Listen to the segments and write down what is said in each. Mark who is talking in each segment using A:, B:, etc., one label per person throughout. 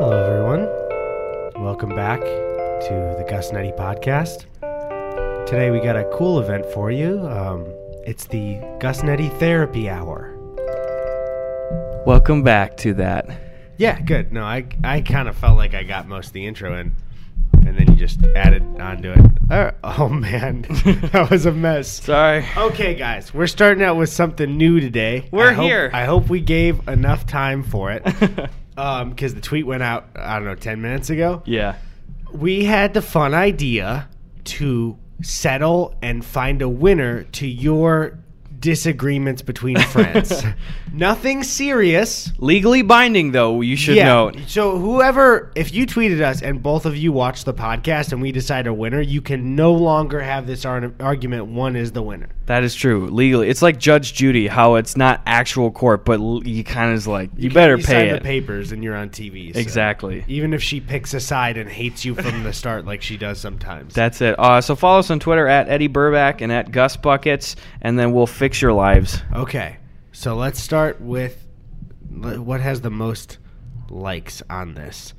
A: Hello, everyone. Welcome back to the Gus Nutty Podcast. Today we got a cool event for you. Um, it's the Gus Nutty Therapy Hour.
B: Welcome back to that.
A: Yeah, good. No, I I kind of felt like I got most of the intro in, and then you just added onto it. Uh, oh man, that was a mess.
B: Sorry.
A: Okay, guys, we're starting out with something new today.
B: We're
A: I hope-
B: here.
A: I hope we gave enough time for it Um, 'cause because the tweet went out, I don't know, 10 minutes ago.
B: yeah.
A: We had the fun idea to settle and find a winner to your disagreements between friends. Nothing serious.
B: Legally binding, though, you should note.
A: So whoever, if you tweeted us and both of you watched the podcast and we decide a winner, you can no longer have this ar- argument. One is the winner.
B: That is true. Legally. It's like Judge Judy, how it's not actual court, but l- you kind of is like, you, better
A: you
B: pay
A: sign
B: it.
A: the papers and you're on TV. so-
B: exactly.
A: Even if she picks a side and hates you from the start, like she does sometimes.
B: That's it. Uh, so follow us on Twitter at Eddie Burback and at Gus Buckets, and then we'll fix your lives.
A: okay, so let's start with l- what has the most likes on this.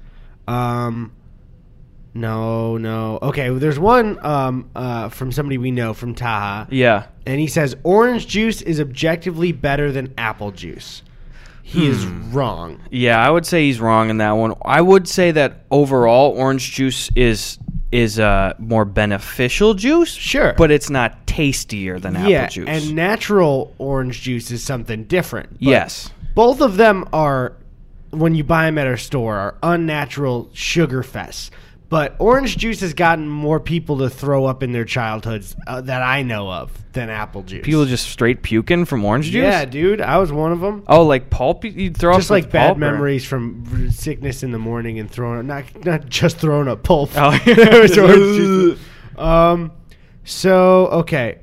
A: Um, no, no. Okay, well, there's one um, uh, from somebody we know from Taha.
B: Yeah.
A: and he says orange juice is objectively better than apple juice. He is
B: Hmm.
A: wrong.
B: Yeah, I would say he's wrong in that one. I would say that overall, orange juice is is uh, more beneficial juice.
A: Sure.
B: but it's not tastier than
A: yeah,
B: apple juice.
A: and natural orange juice is something different. but
B: yes,
A: both of them are when you buy them at our store are unnatural sugar fests. But orange juice has gotten more people to throw up in their childhoods uh, that I know of than apple juice.
B: people just straight puking from orange juice.
A: yeah, dude, I was one of them.
B: Oh, like pulp? You- You'd throw
A: just
B: up with
A: like bad
B: pulp or-
A: memories from sickness in the morning and throwing not not just throwing up pulp.
B: Oh.
A: It was orange juice. Um, so okay,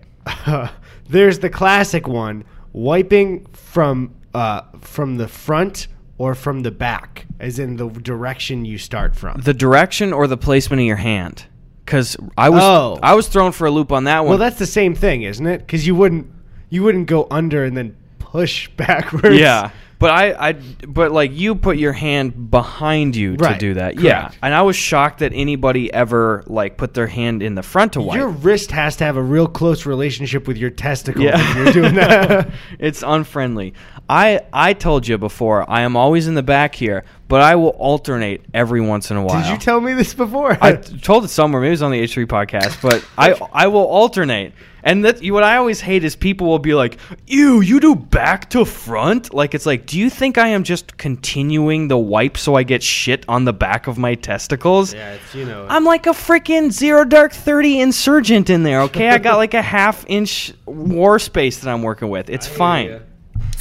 A: there's the classic one: wiping from uh from the front or from the back, as in the direction you start from.
B: The direction or the placement of your hand? Because I was
A: Oh.
B: I was thrown for a loop on that one.
A: Well, that's the same thing, isn't it? Because you wouldn't you wouldn't go under and then push backwards.
B: Yeah. But I, I, but like you put your hand behind you
A: Right,
B: to do that. Yeah.
A: correct.
B: And I was shocked that anybody ever like put their hand in the front to wipe.
A: Your wrist has to have a real close relationship with your testicles
B: yeah.
A: if you're doing that.
B: it's unfriendly. I, I told you before, I am always in the back here, but I will alternate every once in a while.
A: Did you tell me this before?
B: I t- told it somewhere. Maybe it was on the H three podcast, but I I will alternate. And that what I always hate is people will be like, "Ew, you do back to front." Like it's like, do you think I am just continuing the wipe so I get shit on the back of my testicles?
A: yeah, it's you know.
B: I'm like a freaking zero dark thirty insurgent in there. Okay, I got like a half inch war space that I'm working with. It's fine.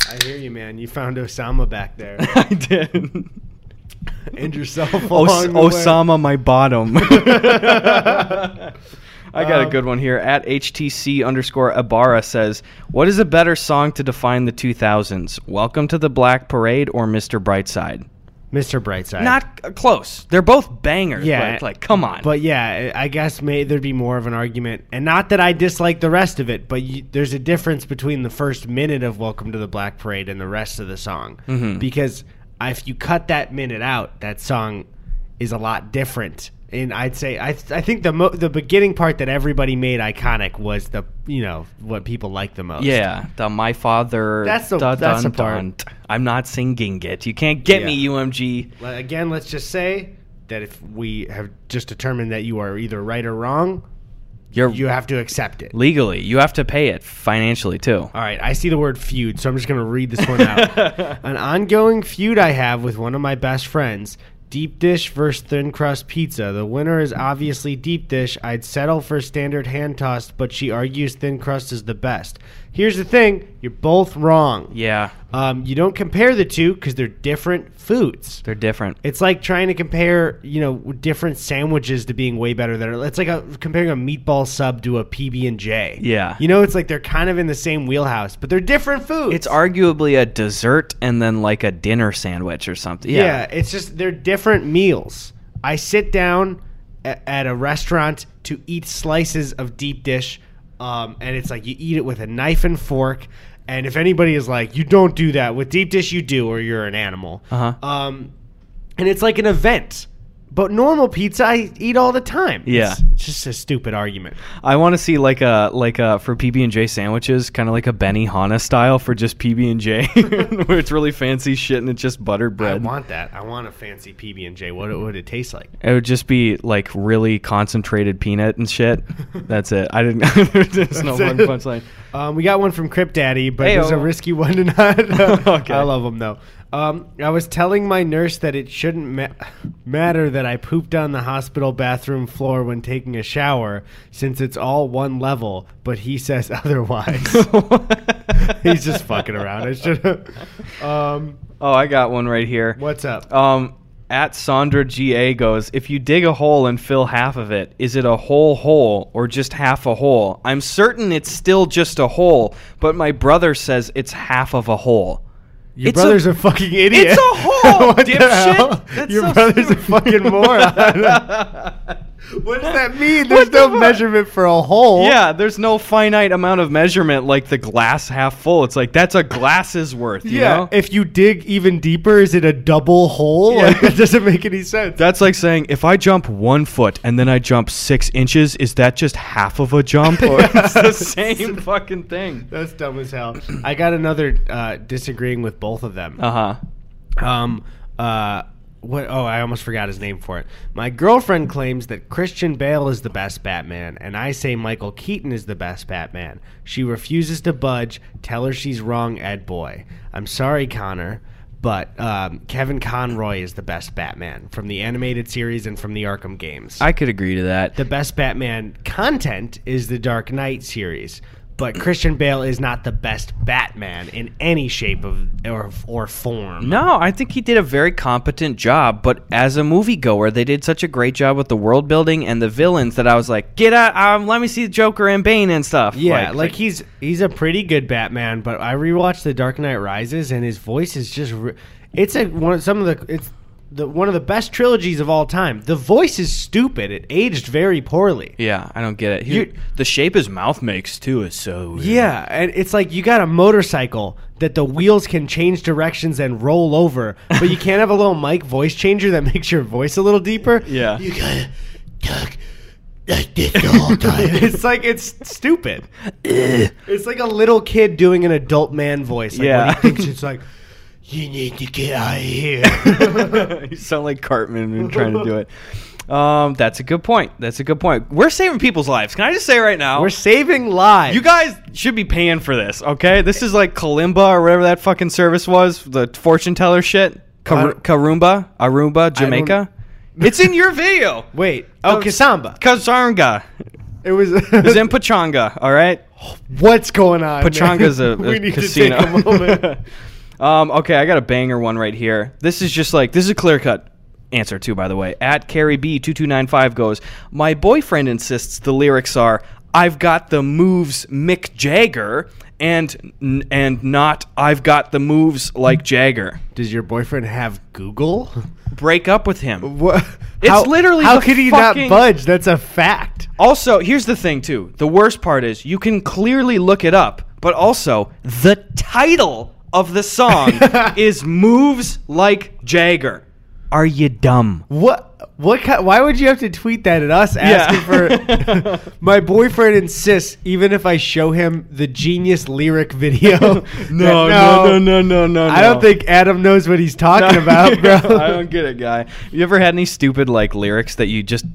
A: I hear you, man. You found Osama back there
B: I did.
A: and yourself
B: Os-
A: along the way.
B: Osama, my bottom. I got a
A: Um,
B: good one here. At HTC underscore Ibarra says, What is a better song to define the 2000s? Welcome to the Black Parade or Mr. Brightside?
A: Mr. Brightside.
B: Not uh, close. They're both bangers.
A: Yeah.
B: Yeah. But, like, come on.
A: But yeah, I I guess may there'd be more of an argument, and not that I dislike the rest of it, but you, there's a difference between the first minute of "Welcome to the Black Parade" and the rest of the song, because if you cut that minute out, that song is a lot different. And I'd say I, I think the mo- the beginning part that everybody made iconic was the you know what people like the most.
B: yeah. The My Father.
A: That's the- that's the part.
B: t- I'm not singing it. You can't get
A: Yeah.
B: me, UMG.
A: Le- Again, let's just say that if we have just determined that you are either right or wrong,
B: You're
A: you have to accept it.
B: legally, you have to pay it financially, too.
A: All right, I see the word feud, so I'm just going to read this one out. An ongoing feud I have with one of my best friends. Deep dish versus thin crust pizza. The winner is obviously deep dish. I'd settle for standard hand tossed, but she argues thin crust is the best. Here's the thing you're both wrong.
B: Yeah.
A: Um, you don't compare the two because they're different foods.
B: They're different.
A: It's like trying to compare, you know, different sandwiches to being way better than. It's like a, comparing a meatball sub to a PB and J.
B: Yeah.
A: you know, it's like they're kind of in the same wheelhouse, but they're different foods.
B: It's arguably a dessert and then like a dinner sandwich or something.
A: yeah.
B: Yeah.
A: It's just they're different meals. I sit down a, at a restaurant to eat slices of deep dish, um, and it's like you eat it with a knife and fork. And if anybody is like, you don't do that with deep dish, you do, or you're an animal.
B: Uh-huh.
A: Um, and it's like an event. But normal pizza, I eat all the time.
B: Yeah.
A: It's, it's just a stupid argument.
B: I want to see like a like a for PB and J sandwiches, kind of like a Benihana style for just PB and J, where it's really fancy shit and it's just buttered
A: I
B: bread.
A: want that. I want a fancy PB and J. What it- would it taste like?
B: it would just be like really concentrated peanut and shit. That's it. I didn't. there's no
A: That's
B: one
A: it.
B: punchline.
A: Um, we got one from Crip Daddy, but it's a
B: Heyo.
A: risky one to not. uh,
B: Okay.
A: I love him though. Um, I was telling my nurse that it shouldn't ma- matter that I pooped on the hospital bathroom floor when taking a shower, since it's all one level. But he says otherwise. He's just fucking around. I should have. Um,
B: Oh, I got one right here.
A: what's up?
B: Um, at Sandra GA goes, if you dig a hole and fill half of it, is it a whole hole or just half a hole? I'm certain it's still just a hole, but my brother says it's half of a hole.
A: Your
B: it's
A: brother's
B: a-
A: a, fucking idiot.
B: It's a hole,
A: What the
B: dipshit.
A: hell?
B: That's
A: Your
B: so
A: brother's a
B: stupid.
A: fucking moron. what does that mean? There's
B: What the
A: no
B: fuck?
A: measurement for a hole.
B: Yeah, there's no finite amount of measurement like the glass half full. It's like that's a glass's worth, you
A: yeah.
B: know?
A: If you dig even deeper, is it a double hole?
B: Yeah.
A: Like that doesn't make any sense.
B: that's like saying if I jump one foot and then I jump six inches, is that just half of a jump? Or it's the same fucking thing.
A: That's dumb as hell. I got another uh, disagreeing with both of them.
B: Uh huh.
A: Um, uh, what? Oh, I almost forgot his name for it. My girlfriend claims that Christian Bale is the best Batman, and I say Michael Keaton is the best Batman. She refuses to budge. Tell her she's wrong, Ed Boy. I'm sorry, Connor, but um, Kevin Conroy is the best Batman from the animated series and from the Arkham games.
B: I could agree to that.
A: the best Batman content is the Dark Knight series. But Christian Bale is not the best Batman in any shape of or, or form.
B: No, I think he did a very competent job, but as a moviegoer, they did such a great job with the world building and the villains that I was like, get out, um, let me see Joker and Bane and stuff.
A: Yeah, like, he's he's a pretty good Batman, but I rewatched The Dark Knight Rises and his voice is just re- it's a one of some of the it's the one of the best trilogies of all time. The voice is stupid. It aged very poorly.
B: yeah, I don't get it. He-
A: You-
B: the shape his mouth makes too is so weird.
A: Yeah, and it's like you got a motorcycle that the wheels can change directions and roll over, but you can't have a little mic voice changer that makes your voice a little deeper.
B: Yeah.
A: You gotta talk like this the whole time. it's like it's stupid. it's like a little kid doing an adult man voice. Like
B: Yeah.
A: When he thinks it's like you need to get out of here.
B: you sound like Cartman when trying to do it. Um, that's a good point. That's a good point. We're saving people's lives. Can I just say right now?
A: We're saving lives.
B: you guys should be paying for this, okay? This is like Kalimba or whatever that fucking service was, the fortune teller shit. Kar-
A: I-
B: Karumba, Aruba, Jamaica. It's in your video.
A: Wait. Oh,
B: Um,
A: Kasamba.
B: Kazanga.
A: It was
B: It was in Pachanga, all right?
A: What's going on? man?
B: Pachanga's a, a
A: we need
B: casino.
A: To take a moment.
B: um, okay, I got a banger one right here. This is just like this is a clear cut answer too, by the way. At Carrie B two two nine five goes, My boyfriend insists the lyrics are I've got the moves Mick Jagger and and not I've got the moves like Jagger.
A: Does your boyfriend have Google?
B: Break up with him.
A: What?
B: It's literally
A: how
B: the
A: could he
B: fucking-
A: not budge? That's a fact.
B: Also, here's the thing too. The worst part is you can clearly look it up, but also the title of the song is "Moves Like Jagger." Are you dumb?
A: What? What? ki- Why would you have to tweet that at us asking
B: Yeah.
A: for? my boyfriend insists, even if I show him the genius lyric video. that
B: Oh, no, no.
A: I don't think Adam knows what he's talking about, bro.
B: I don't get it, guy. You ever had any stupid like lyrics that you just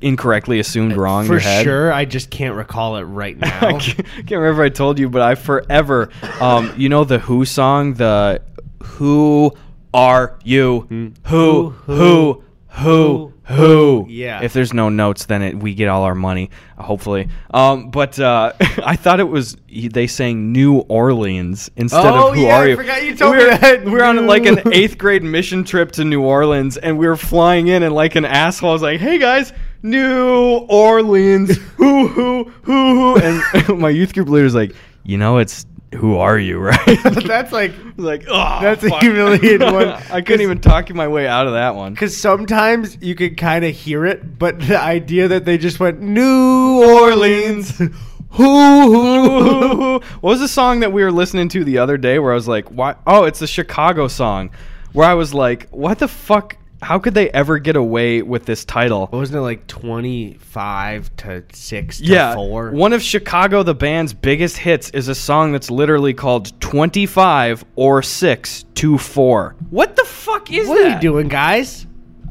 B: incorrectly assumed wrong in
A: Uh, For
B: your head?
A: sure, I just can't recall it right
B: I
A: now.
B: can't, can't remember if I told you, but I forever, um, you know the Who song, the Who are you?
A: Hmm.
B: Who, who, who, who?
A: Yeah.
B: If there's no notes, then it, we get all our money, hopefully. Um, but uh, I thought it was they sang New Orleans instead
A: Oh,
B: of Who
A: yeah,
B: are
A: I
B: you?
A: forgot you told
B: we were,
A: me that.
B: We were on like an
A: New-
B: eighth grade mission trip to New Orleans, and we were flying in, and like an asshole, I was like, "Hey guys, New Orleans, hoo hoo hoo hoo," and my youth group leader's like, "You know, it's who are you, right?" I
A: That's like
B: was like, "Oh,
A: That's a
B: fuck."
A: humiliating one,
B: I couldn't
A: 'cause-
B: even talk my way out of that one.
A: Because sometimes you can kind of hear it, but the idea that they just went New Orleans,
B: Hoo, what was the song that we were listening to the other day where I was like, why? Oh, it's the Chicago song where I was like, what the fuck? How could they ever get away with this title?
A: Wasn't it like twenty five to six to
B: yeah,
A: four?
B: one of Chicago the band's biggest hits is a song that's literally called 25 or 6 to 4. What the fuck is
A: what are
B: that?
A: you doing, guys?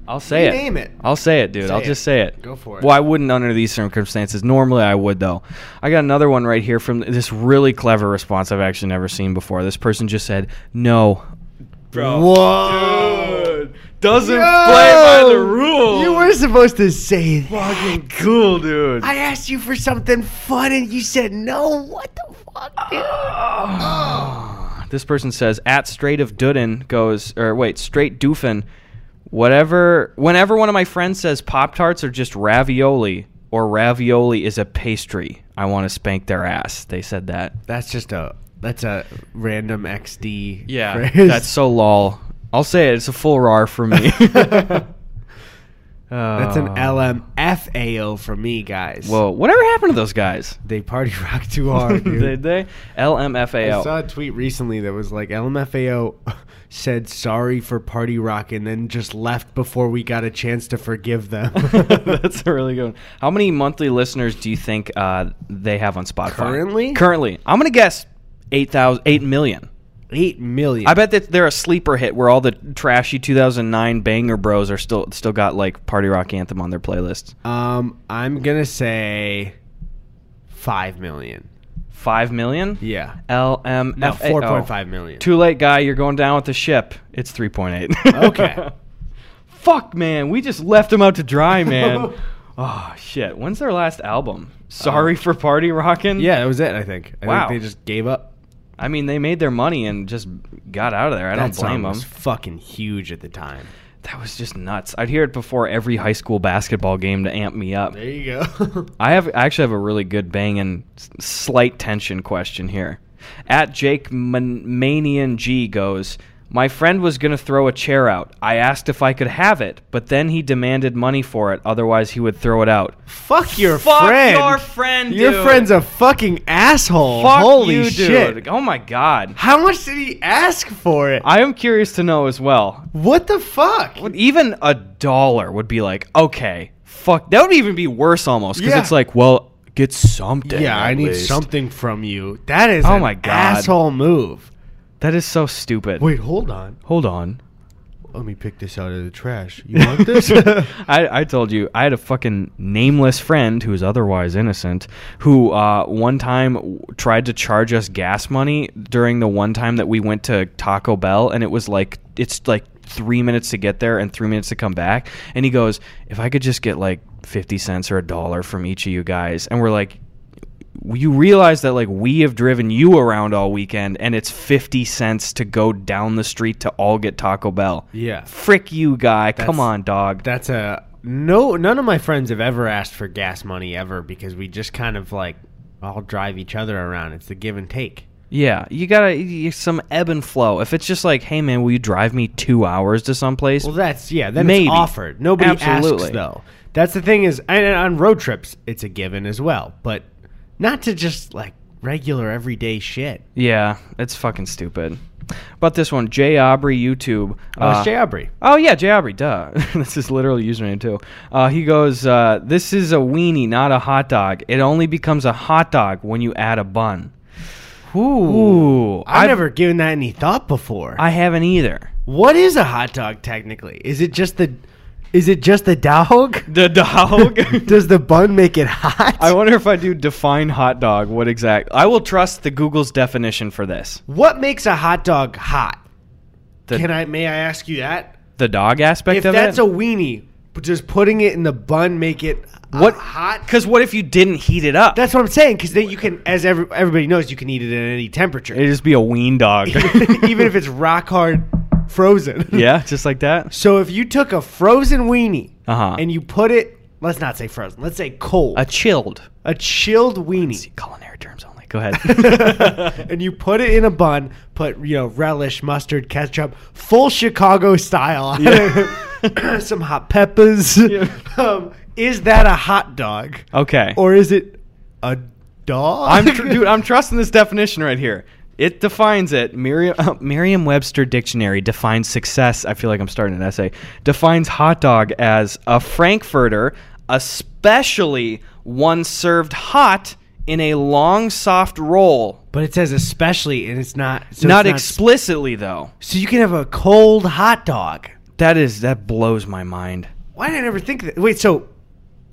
B: I'll say it.
A: Name it.
B: I'll say it, dude.
A: Say
B: I'll
A: it.
B: just say it.
A: Go for it.
B: Well, I wouldn't under these circumstances. Normally, I would though. I got another one right here from this really clever response I've actually never seen before. This person just said, "No,
A: Whoa!
B: Dude, doesn't
A: Yo!
B: play by the rules."
A: You were supposed to say that.
B: fucking cool, dude.
A: I asked you for something fun and you said no. What the fuck, dude?
B: this person says at straight of Dudin goes or wait straight Doofin, whatever. Whenever one of my friends says Pop Tarts are just ravioli or ravioli is a pastry, I want to spank their ass. They said that.
A: That's just a that's a random XD.
B: Yeah,
A: phrase.
B: that's so lol. I'll say it. It's a full rar for me.
A: that's an LMFAO for me, guys.
B: Oh. Whoa, whatever happened to those guys?
A: they party rock too hard, dude.
B: Did they?
A: I saw
B: LMFAO.
A: a tweet recently that was like LMFAO said sorry for party rock and then just left before we got a chance to forgive them.
B: That's a really good one. How many monthly listeners do you think uh, they have on Spotify?
A: Currently?
B: Currently. I'm going to guess 8,000 8 million.
A: Eight million.
B: I bet that they're a sleeper hit where all the trashy 2009 banger bros are still still got like Party Rock Anthem on their playlists.
A: um, I'm gonna say five million.
B: 5 million?
A: Yeah,
B: LMFAO.
A: no, four point five million.
B: Too late, guy. You're going down with the ship. It's 3.8.
A: Okay.
B: Fuck, man. We just left him out to dry, man. oh, shit. When's their last album? Sorry for Party Rockin'?
A: Uh, Yeah, that was it. I think. I
B: Wow.
A: think they just gave up.
B: I mean, they made their money and just got out of there. I
A: That
B: don't blame
A: song
B: them.
A: was fucking huge at the time.
B: that was just nuts. I'd hear it before every high school basketball game to amp me up.
A: There you go.
B: I have I actually have a really good banging s- slight tension question here. At Jake Man- Manian G goes, my friend was gonna throw a chair out. I asked if I could have it, but then he demanded money for it. Otherwise, he would throw it out.
A: Fuck your
B: Fuck
A: friend.
B: your friend,
A: Your
B: dude.
A: friend's a fucking asshole.
B: Fuck
A: Holy
B: you,
A: shit.
B: dude! Oh my god.
A: How much did he ask for it?
B: I am curious to know as well.
A: What the fuck?
B: But even a dollar would be like, okay, fuck. That would even be worse almost because
A: Yeah.
B: it's like, well, get something.
A: yeah, I
B: at
A: need
B: least.
A: something from you. That is
B: Oh
A: an
B: my God.
A: asshole move.
B: That is so stupid.
A: Wait, hold on.
B: Hold on.
A: Let me pick this out of the trash. You want this?
B: I, I told you I had a fucking nameless friend who is otherwise innocent who uh, one time w- tried to charge us gas money during the one time that we went to Taco Bell and it was like it's like three minutes to get there and three minutes to come back and he goes if I could just get like fifty cents or a dollar from each of you guys and we're like you realize that like we have driven you around all weekend and it's 50 cents to go down the street to all get Taco Bell.
A: yeah.
B: Frick you guy. Come
A: That's-
B: on, dog.
A: That's a no none of my friends have ever asked for gas money ever because we just kind of like all drive each other around. It's the give and take.
B: Yeah, you gotta you, some ebb and flow. If it's just like, hey man, will you drive me two hours to someplace?
A: Well, that's yeah. Then
B: Maybe.
A: it's offered. Nobody
B: Absolutely.
A: asks though. That's the thing is, and and on road trips, it's a given as well. But not to just like regular everyday shit.
B: yeah, it's fucking stupid. But this one, Jay Aubrey YouTube.
A: Oh, it's Jay Aubrey.
B: Oh yeah, Jay Aubrey. Duh, that's his literal username too. Uh, he goes, uh, "This is a weenie, not a hot dog. It only becomes a hot dog when you add a bun." Ooh,
A: I've, never given that any thought before.
B: I haven't either.
A: what is a hot dog technically? Is it just the? Is it just the dog?
B: The dog.
A: Does the bun make it hot?
B: I wonder if I do define hot dog. What exact? I will trust the Google's definition for this.
A: what makes a hot dog hot?
B: The-
A: Can I? May I ask you that?
B: The dog aspect
A: If
B: of
A: that's
B: it.
A: a weenie, does putting it in the bun make it uh,
B: what
A: hot?
B: Because what if you didn't heat it up?
A: That's what I'm saying because then you can, as every, everybody knows, you can eat it at any temperature,
B: It'd just be a wean dog.
A: even if it's rock hard frozen.
B: yeah, just like that.
A: So if you took a frozen weenie
B: Uh-huh.
A: and you put it, let's not say frozen, let's say cold,
B: A
A: a,
B: chilled.
A: chilled weenie,
B: Culinary terms only. Go ahead.
A: and you put it in a bun, put you know relish, mustard, ketchup, full Chicago style, on it. some hot peppers. Um, is that a hot dog,
B: okay.
A: or is it a dog.
B: I'm tr- dude. I'm trusting this definition right here. It defines it. Merriam, uh, Merriam-Webster dictionary defines success. I feel like I'm starting an essay. Defines hot dog as a frankfurter, especially one served hot in a long soft roll.
A: but it says especially, and it's not. So
B: not
A: it's
B: explicitly though.
A: so you can have a cold hot dog.
B: That is that blows my mind.
A: Why did I never think of that? Wait, so,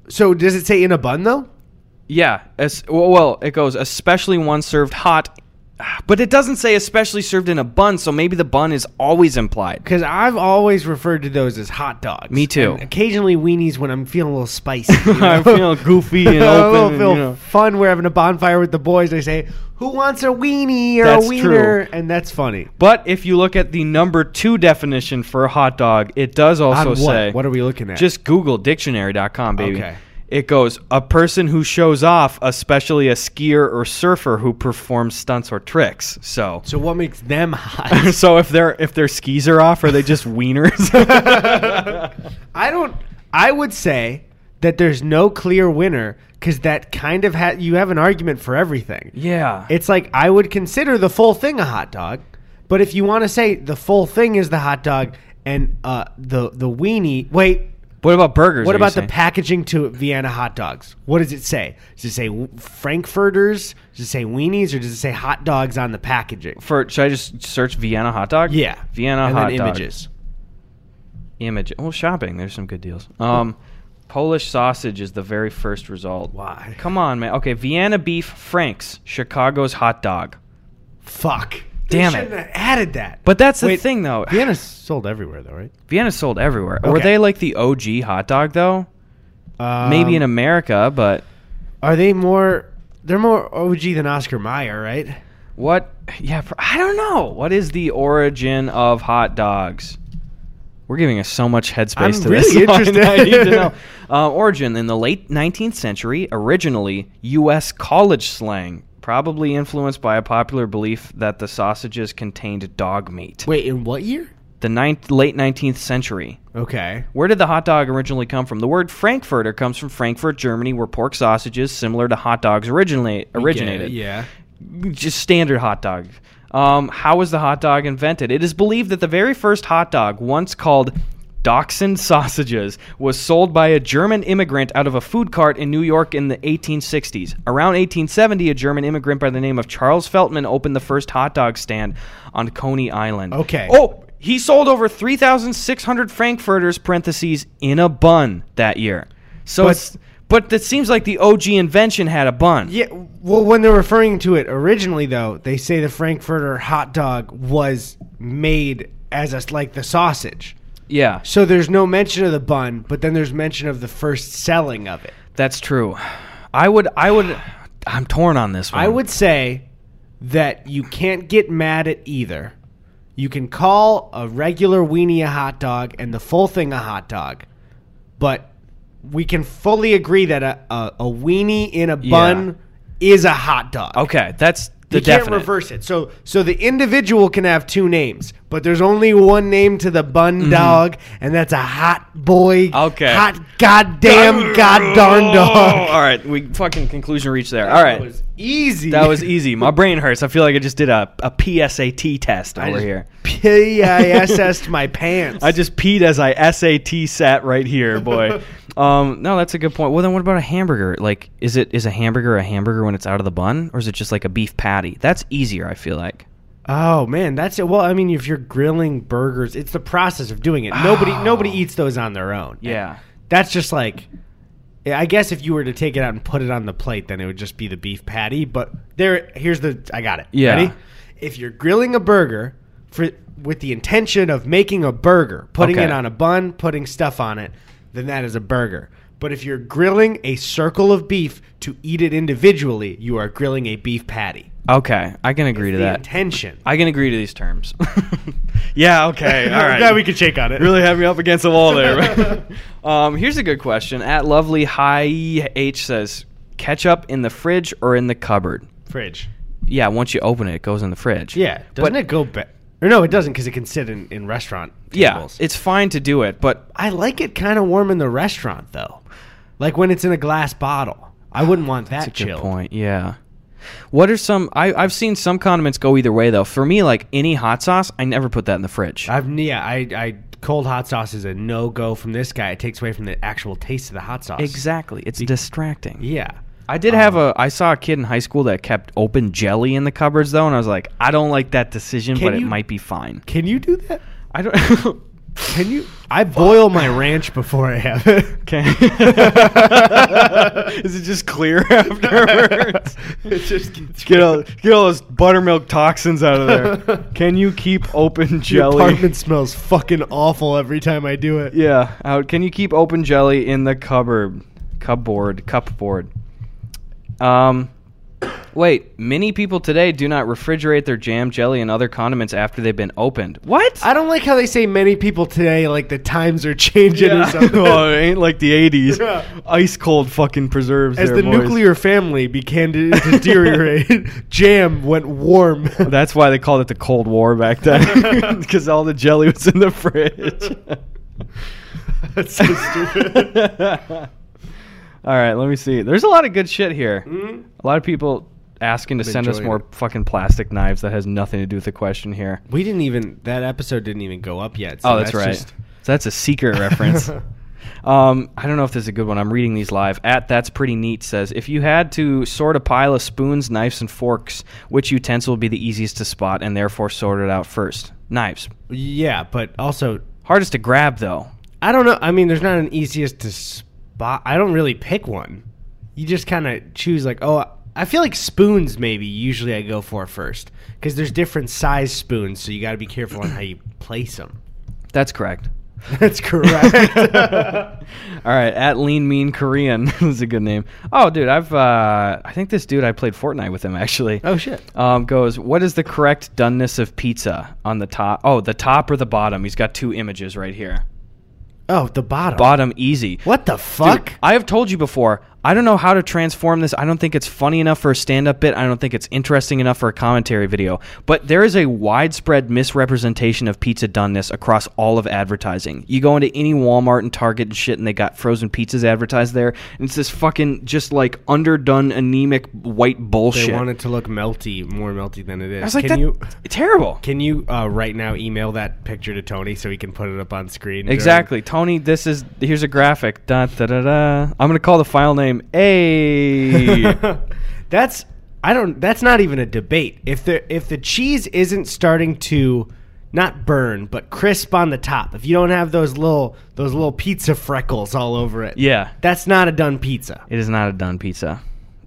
A: so does it say in a bun though?
B: Yeah, as, well, well, it goes especially one served hot, but it doesn't say especially served in a bun, so maybe the bun is always implied.
A: Because I've always referred to those as hot dogs.
B: Me too.
A: And occasionally weenies when I'm feeling a little spicy. you
B: I
A: know?
B: feel goofy and
A: I
B: open.
A: don't
B: and,
A: feel
B: you know.
A: fun. We're having a bonfire with the boys. They say, "Who wants a weenie or
B: That's
A: a
B: true.
A: wiener?" And that's funny.
B: But if you look at the number two definition for a hot dog, it does
A: On
B: also
A: what?
B: say
A: what are we looking at?
B: just Google dictionary.com, baby.
A: Okay.
B: It goes a person who shows off, especially a skier or surfer who performs stunts or tricks. So,
A: so what makes them hot?
B: so if their if their skis are off, are they just wieners?
A: I don't. I would say that there's no clear winner because that kind of ha- you have an argument for everything.
B: yeah.
A: It's like I would consider the full thing a hot dog, but if you want to say the full thing is the hot dog and uh, the the weenie, wait.
B: what about burgers?
A: What
B: are you
A: about the
B: saying?
A: packaging to Vienna hot dogs? What does it say? Does it say w- frankfurters? Does it say weenies, or does it say hot dogs on the packaging?
B: for should I just search Vienna hot dog?
A: Yeah,
B: Vienna
A: and
B: hot
A: then
B: dog.
A: images.
B: Image. Oh, shopping. There's some good deals. Um, Polish sausage is the very first result.
A: Why?
B: Come on, man. Okay, Vienna beef Franks, Chicago's hot dog.
A: Fuck.
B: Damn it.
A: they shouldn't Have added that.
B: But that's the
A: Wait,
B: thing, though.
A: Vienna's sold everywhere, though, right?
B: Vienna's sold everywhere. Were
A: Okay.
B: they like the OG hot dog though? Maybe in
A: Um,
B: America, but
A: Are they more? They're more OG than Oscar Mayer, right?
B: what? Yeah, pr- I don't know. What is the origin of hot dogs? We're giving us so much headspace
A: I'm
B: to
A: really
B: this.
A: interested.
B: I need to know. Uh, origin in the late 19th century, originally U.S. college slang, probably influenced by a popular belief that the sausages contained dog meat.
A: Wait, in what year?
B: The ninth, late 19th century.
A: Okay.
B: Where did the hot dog originally come from? The word Frankfurter comes from Frankfurt, Germany, where pork sausages similar to hot dogs originally originated.
A: Yeah.
B: Just standard hot dog. Um, how was the hot dog invented? It is believed that the very first hot dog, once called Dachshund sausages, was sold by a German immigrant out of a food cart in New York in the 1860s. Around 1870, a German immigrant by the name of Charles Feltman opened the first hot dog stand on Coney Island.
A: Okay.
B: Oh, Oh, he sold over 3,600 Frankfurters parentheses in a bun that year. So
A: But-
B: it's but it seems like the OG invention had a bun.
A: Yeah. Well, when they're referring to it originally, though, they say the Frankfurter hot dog was made as a, like the sausage.
B: Yeah,
A: So there's no mention of the bun, but then there's mention of the first selling of it.
B: that's true. I would I would I'm torn on this one.
A: I would say that you can't get mad at either. You can call a regular weenie a hot dog and the full thing a hot dog, but we can fully agree that a, a, a weenie in a bun is a hot dog.
B: Okay, that's the
A: you
B: definite.
A: can't reverse it. So so the individual can have two names, but there's only one name to the bun dog, and that's a hot boy.
B: Mm-hmm. Okay.
A: Hot goddamn god darn
B: Oh,
A: dog.
B: all right, we fucking conclusion reached there. All
A: That
B: right.
A: was easy.
B: That was easy. My brain hurts. I feel like I just did a, a PSAT test over here.
A: P-I-S-S my pants.
B: I just peed as I SAT sat right here, boy. um, no, that's a good point. Well, then what about a hamburger? Like, is it is a hamburger a hamburger when it's out of the bun, or is it just like a beef patty? That's easier, I feel like.
A: Oh man, that's it. Well, I mean, if you're grilling burgers, it's the process of doing it. Nobody nobody eats those on their own.
B: Oh. Yeah.
A: That's just like yeah, I guess if you were to take it out and put it on the plate, then it would just be the beef patty. But there, here's the I got it.
B: Yeah.
A: Ready? If you're grilling a burger for with the intention of making a burger, putting
B: Okay.
A: it on a bun, putting stuff on it, then that is a burger. But if you're grilling a circle of beef to eat it individually, you are grilling a beef patty.
B: Okay, I can agree to
A: The
B: that.
A: intention.
B: I can agree to these terms. yeah. Okay. All right.
A: yeah, we could shake on it.
B: really had me up against the wall there. um, here's a good question. At lovely high H says ketchup in the fridge or in the cupboard.
A: Fridge.
B: Yeah, once you open it, it goes in the fridge.
A: Yeah. Doesn't it go back? Or no, it doesn't because it can sit in, in restaurant
B: Yeah,
A: tables.
B: it's fine to do it, but
A: I like it kind of warm in the restaurant though, like when it's in a glass bottle. I wouldn't want that
B: That's a
A: chilled.
B: good point. Yeah. What are some? I, I've seen some condiments go either way though. For me, like any hot sauce, I never put that in the fridge.
A: I've yeah, I, I cold hot sauce is a no go from this guy. It takes away from the actual taste of the hot sauce.
B: exactly, it's distracting.
A: Yeah. Um,
B: I did have a. I saw a kid in high school that kept open jelly in the cupboards though, and I was like, I don't like that decision,
A: Can
B: but it
A: you-
B: might be fine.
A: Can you do that?
B: I don't.
A: Can you? I boil my ranch before I have it.
B: Okay. Is it just clear afterwards?
A: it just gets
B: Get all, get all those buttermilk toxins out of there. Can you keep open
A: The
B: jelly?
A: apartment smells fucking awful every time I do it.
B: Yeah. Out. Can you keep open jelly in the cupboard? Cupboard. Cupboard. Um. Wait. Many people today do not refrigerate their jam, jelly, and other condiments after they've been opened. What?
A: I don't like how they say many people today. Like the times are changing or something.
B: oh, it ain't like the '80s.
A: Yeah.
B: Ice cold fucking preserves.
A: As
B: there,
A: the
B: boys.
A: nuclear family began to deteriorate, jam went warm.
B: That's why they called it the Cold War back then, because all the jelly was in the fridge.
A: That's so stupid.
B: all right, let me see. There's a lot of good shit here.
A: Mm. Hmm?
B: A lot of people asking to send us
A: enjoying
B: more
A: it.
B: fucking plastic knives. That has nothing to do with the question here.
A: we didn't even that episode didn't even go up yet. So
B: Oh, that's, right.
A: just-
B: So that's a secret reference. Um, I don't know if this is a good one. I'm reading these live. At that's pretty neat says if you had to sort a pile of spoons, knives, and forks, which utensil would be the easiest to spot and therefore sort it out first? Knives.
A: yeah, but also
B: Hardest to grab though.
A: I don't know. I mean, there's not an easiest to spot. I don't really pick one. You just kind of choose like, oh, I feel like spoons. Maybe usually I go for first because there's different size spoons, so you got to be careful on how you place them.
B: That's correct.
A: That's correct.
B: All right, at Lean Mean Korean is a good name. Oh, dude, I've uh, I think this dude I played Fortnite with him actually.
A: oh shit.
B: Um, goes, what is the correct doneness of pizza on the top? Oh, the top or the bottom? He's got two images right here.
A: Oh, the bottom.
B: Bottom easy.
A: What the
B: Dude, oh,
A: fuck?
B: I have told you before. I don't know how to transform this. I don't think it's funny enough for a stand-up bit. I don't think it's interesting enough for a commentary video. But there is a widespread misrepresentation of pizza doneness across all of advertising. You go into any Walmart and Target and shit, and they got frozen pizzas advertised there, and it's this fucking just like underdone anemic white
A: they
B: bullshit.
A: want it to look melty, more melty than it is.
B: I was like,
A: can
B: that,
A: you
B: terrible.
A: can you uh, right now email that picture to Tony so he can put it up on screen? during-
B: Exactly, Tony. This is here's a graphic. Da, da, da, da. I'm gonna call the file name A.
A: that's I don't that's not even a debate. If the if the cheese isn't starting to not burn but crisp on the top, if you don't have those little those little pizza freckles all over it,
B: yeah,
A: that's not a done pizza.
B: It is not a done pizza.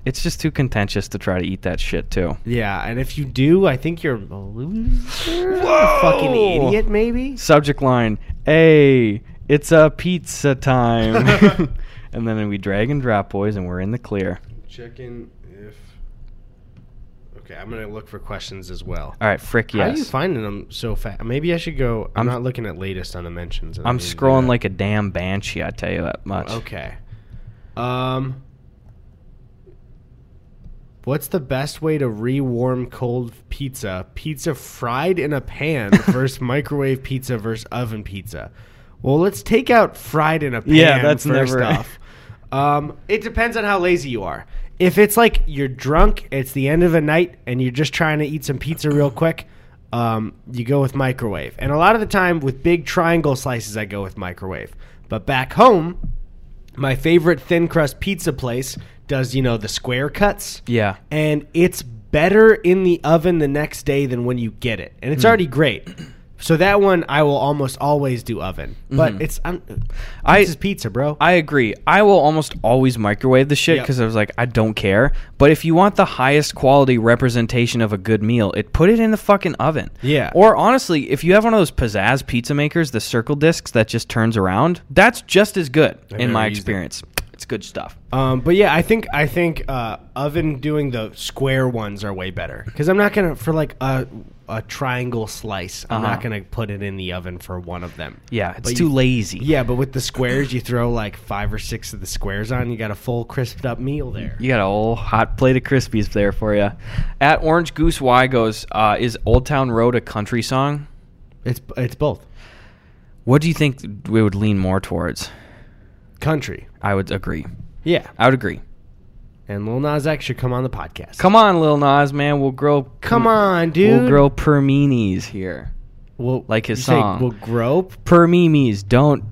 B: It's just too contentious to try to eat that shit too.
A: Yeah, and if you do, I think you're a loser,
B: Whoa!
A: a fucking idiot, maybe.
B: Subject line: Hey, it's a pizza time. and then we drag and drop, boys, and we're in the clear.
A: Chicken if okay, I'm gonna look for questions as well.
B: All right, frick
A: How are you
B: yes.
A: finding them so fast? Maybe I should go. I'm,
B: I'm-
A: not looking at latest on the mentions. and I
B: I'm
A: need to do
B: scrolling
A: that.
B: like a damn banshee. I tell you that much.
A: Okay. Um What's the best way to rewarm cold pizza? Pizza fried in a pan versus microwave pizza versus oven pizza. Well, let's take out fried in a pan.
B: Yeah, that's
A: first
B: never-
A: off. Um, it depends on how lazy you are. If it's like you're drunk, it's the end of a night, and you're just trying to eat some pizza real quick, um, you go with microwave. And a lot of the time with big triangle slices, I go with microwave. But back home, my favorite thin crust pizza place does, you know, the square cuts.
B: Yeah.
A: And it's better in the oven the next day than when you get it. And
B: Hmm.
A: it's already great. So that one I will almost always do oven. But it's I'm,
B: Hmm. I-
A: pizza's pizza, bro.
B: I agree. I will almost always microwave the shit
A: Yep.
B: because I was like, I don't care. But if you want the highest quality representation of a good meal, it put it in the fucking oven.
A: Yeah.
B: Or honestly, if you have one of those pizzazz pizza makers, the circle discs that just turns around, that's just as good in
A: never
B: my
A: used it.
B: experience. It's good stuff.
A: Um, but yeah, I think I think uh, oven doing the square ones are way better because I'm not gonna for like a a triangle slice. I'm
B: Uh-huh.
A: not gonna put it in the oven for one of them.
B: Yeah, it's
A: But
B: too
A: you-
B: lazy.
A: Yeah, but with the squares, you throw like five or six of the squares on, you got a full crisped up meal there.
B: You got a whole hot plate of Krispies there for you. At Orange Goose Y goes, uh, is Old Town Road a country song?
A: It's it's both
B: What do you think we would lean more towards?
A: country.
B: I would agree.
A: Yeah,
B: I would agree.
A: and Lil Nas X should come on the podcast.
B: Come on, Lil Nas, man. We'll grow.
A: Come on, dude.
B: We'll grow per meanies here.
A: We'll-
B: like his
A: you say
B: song.
A: We'll grope.
B: Per memes. Don't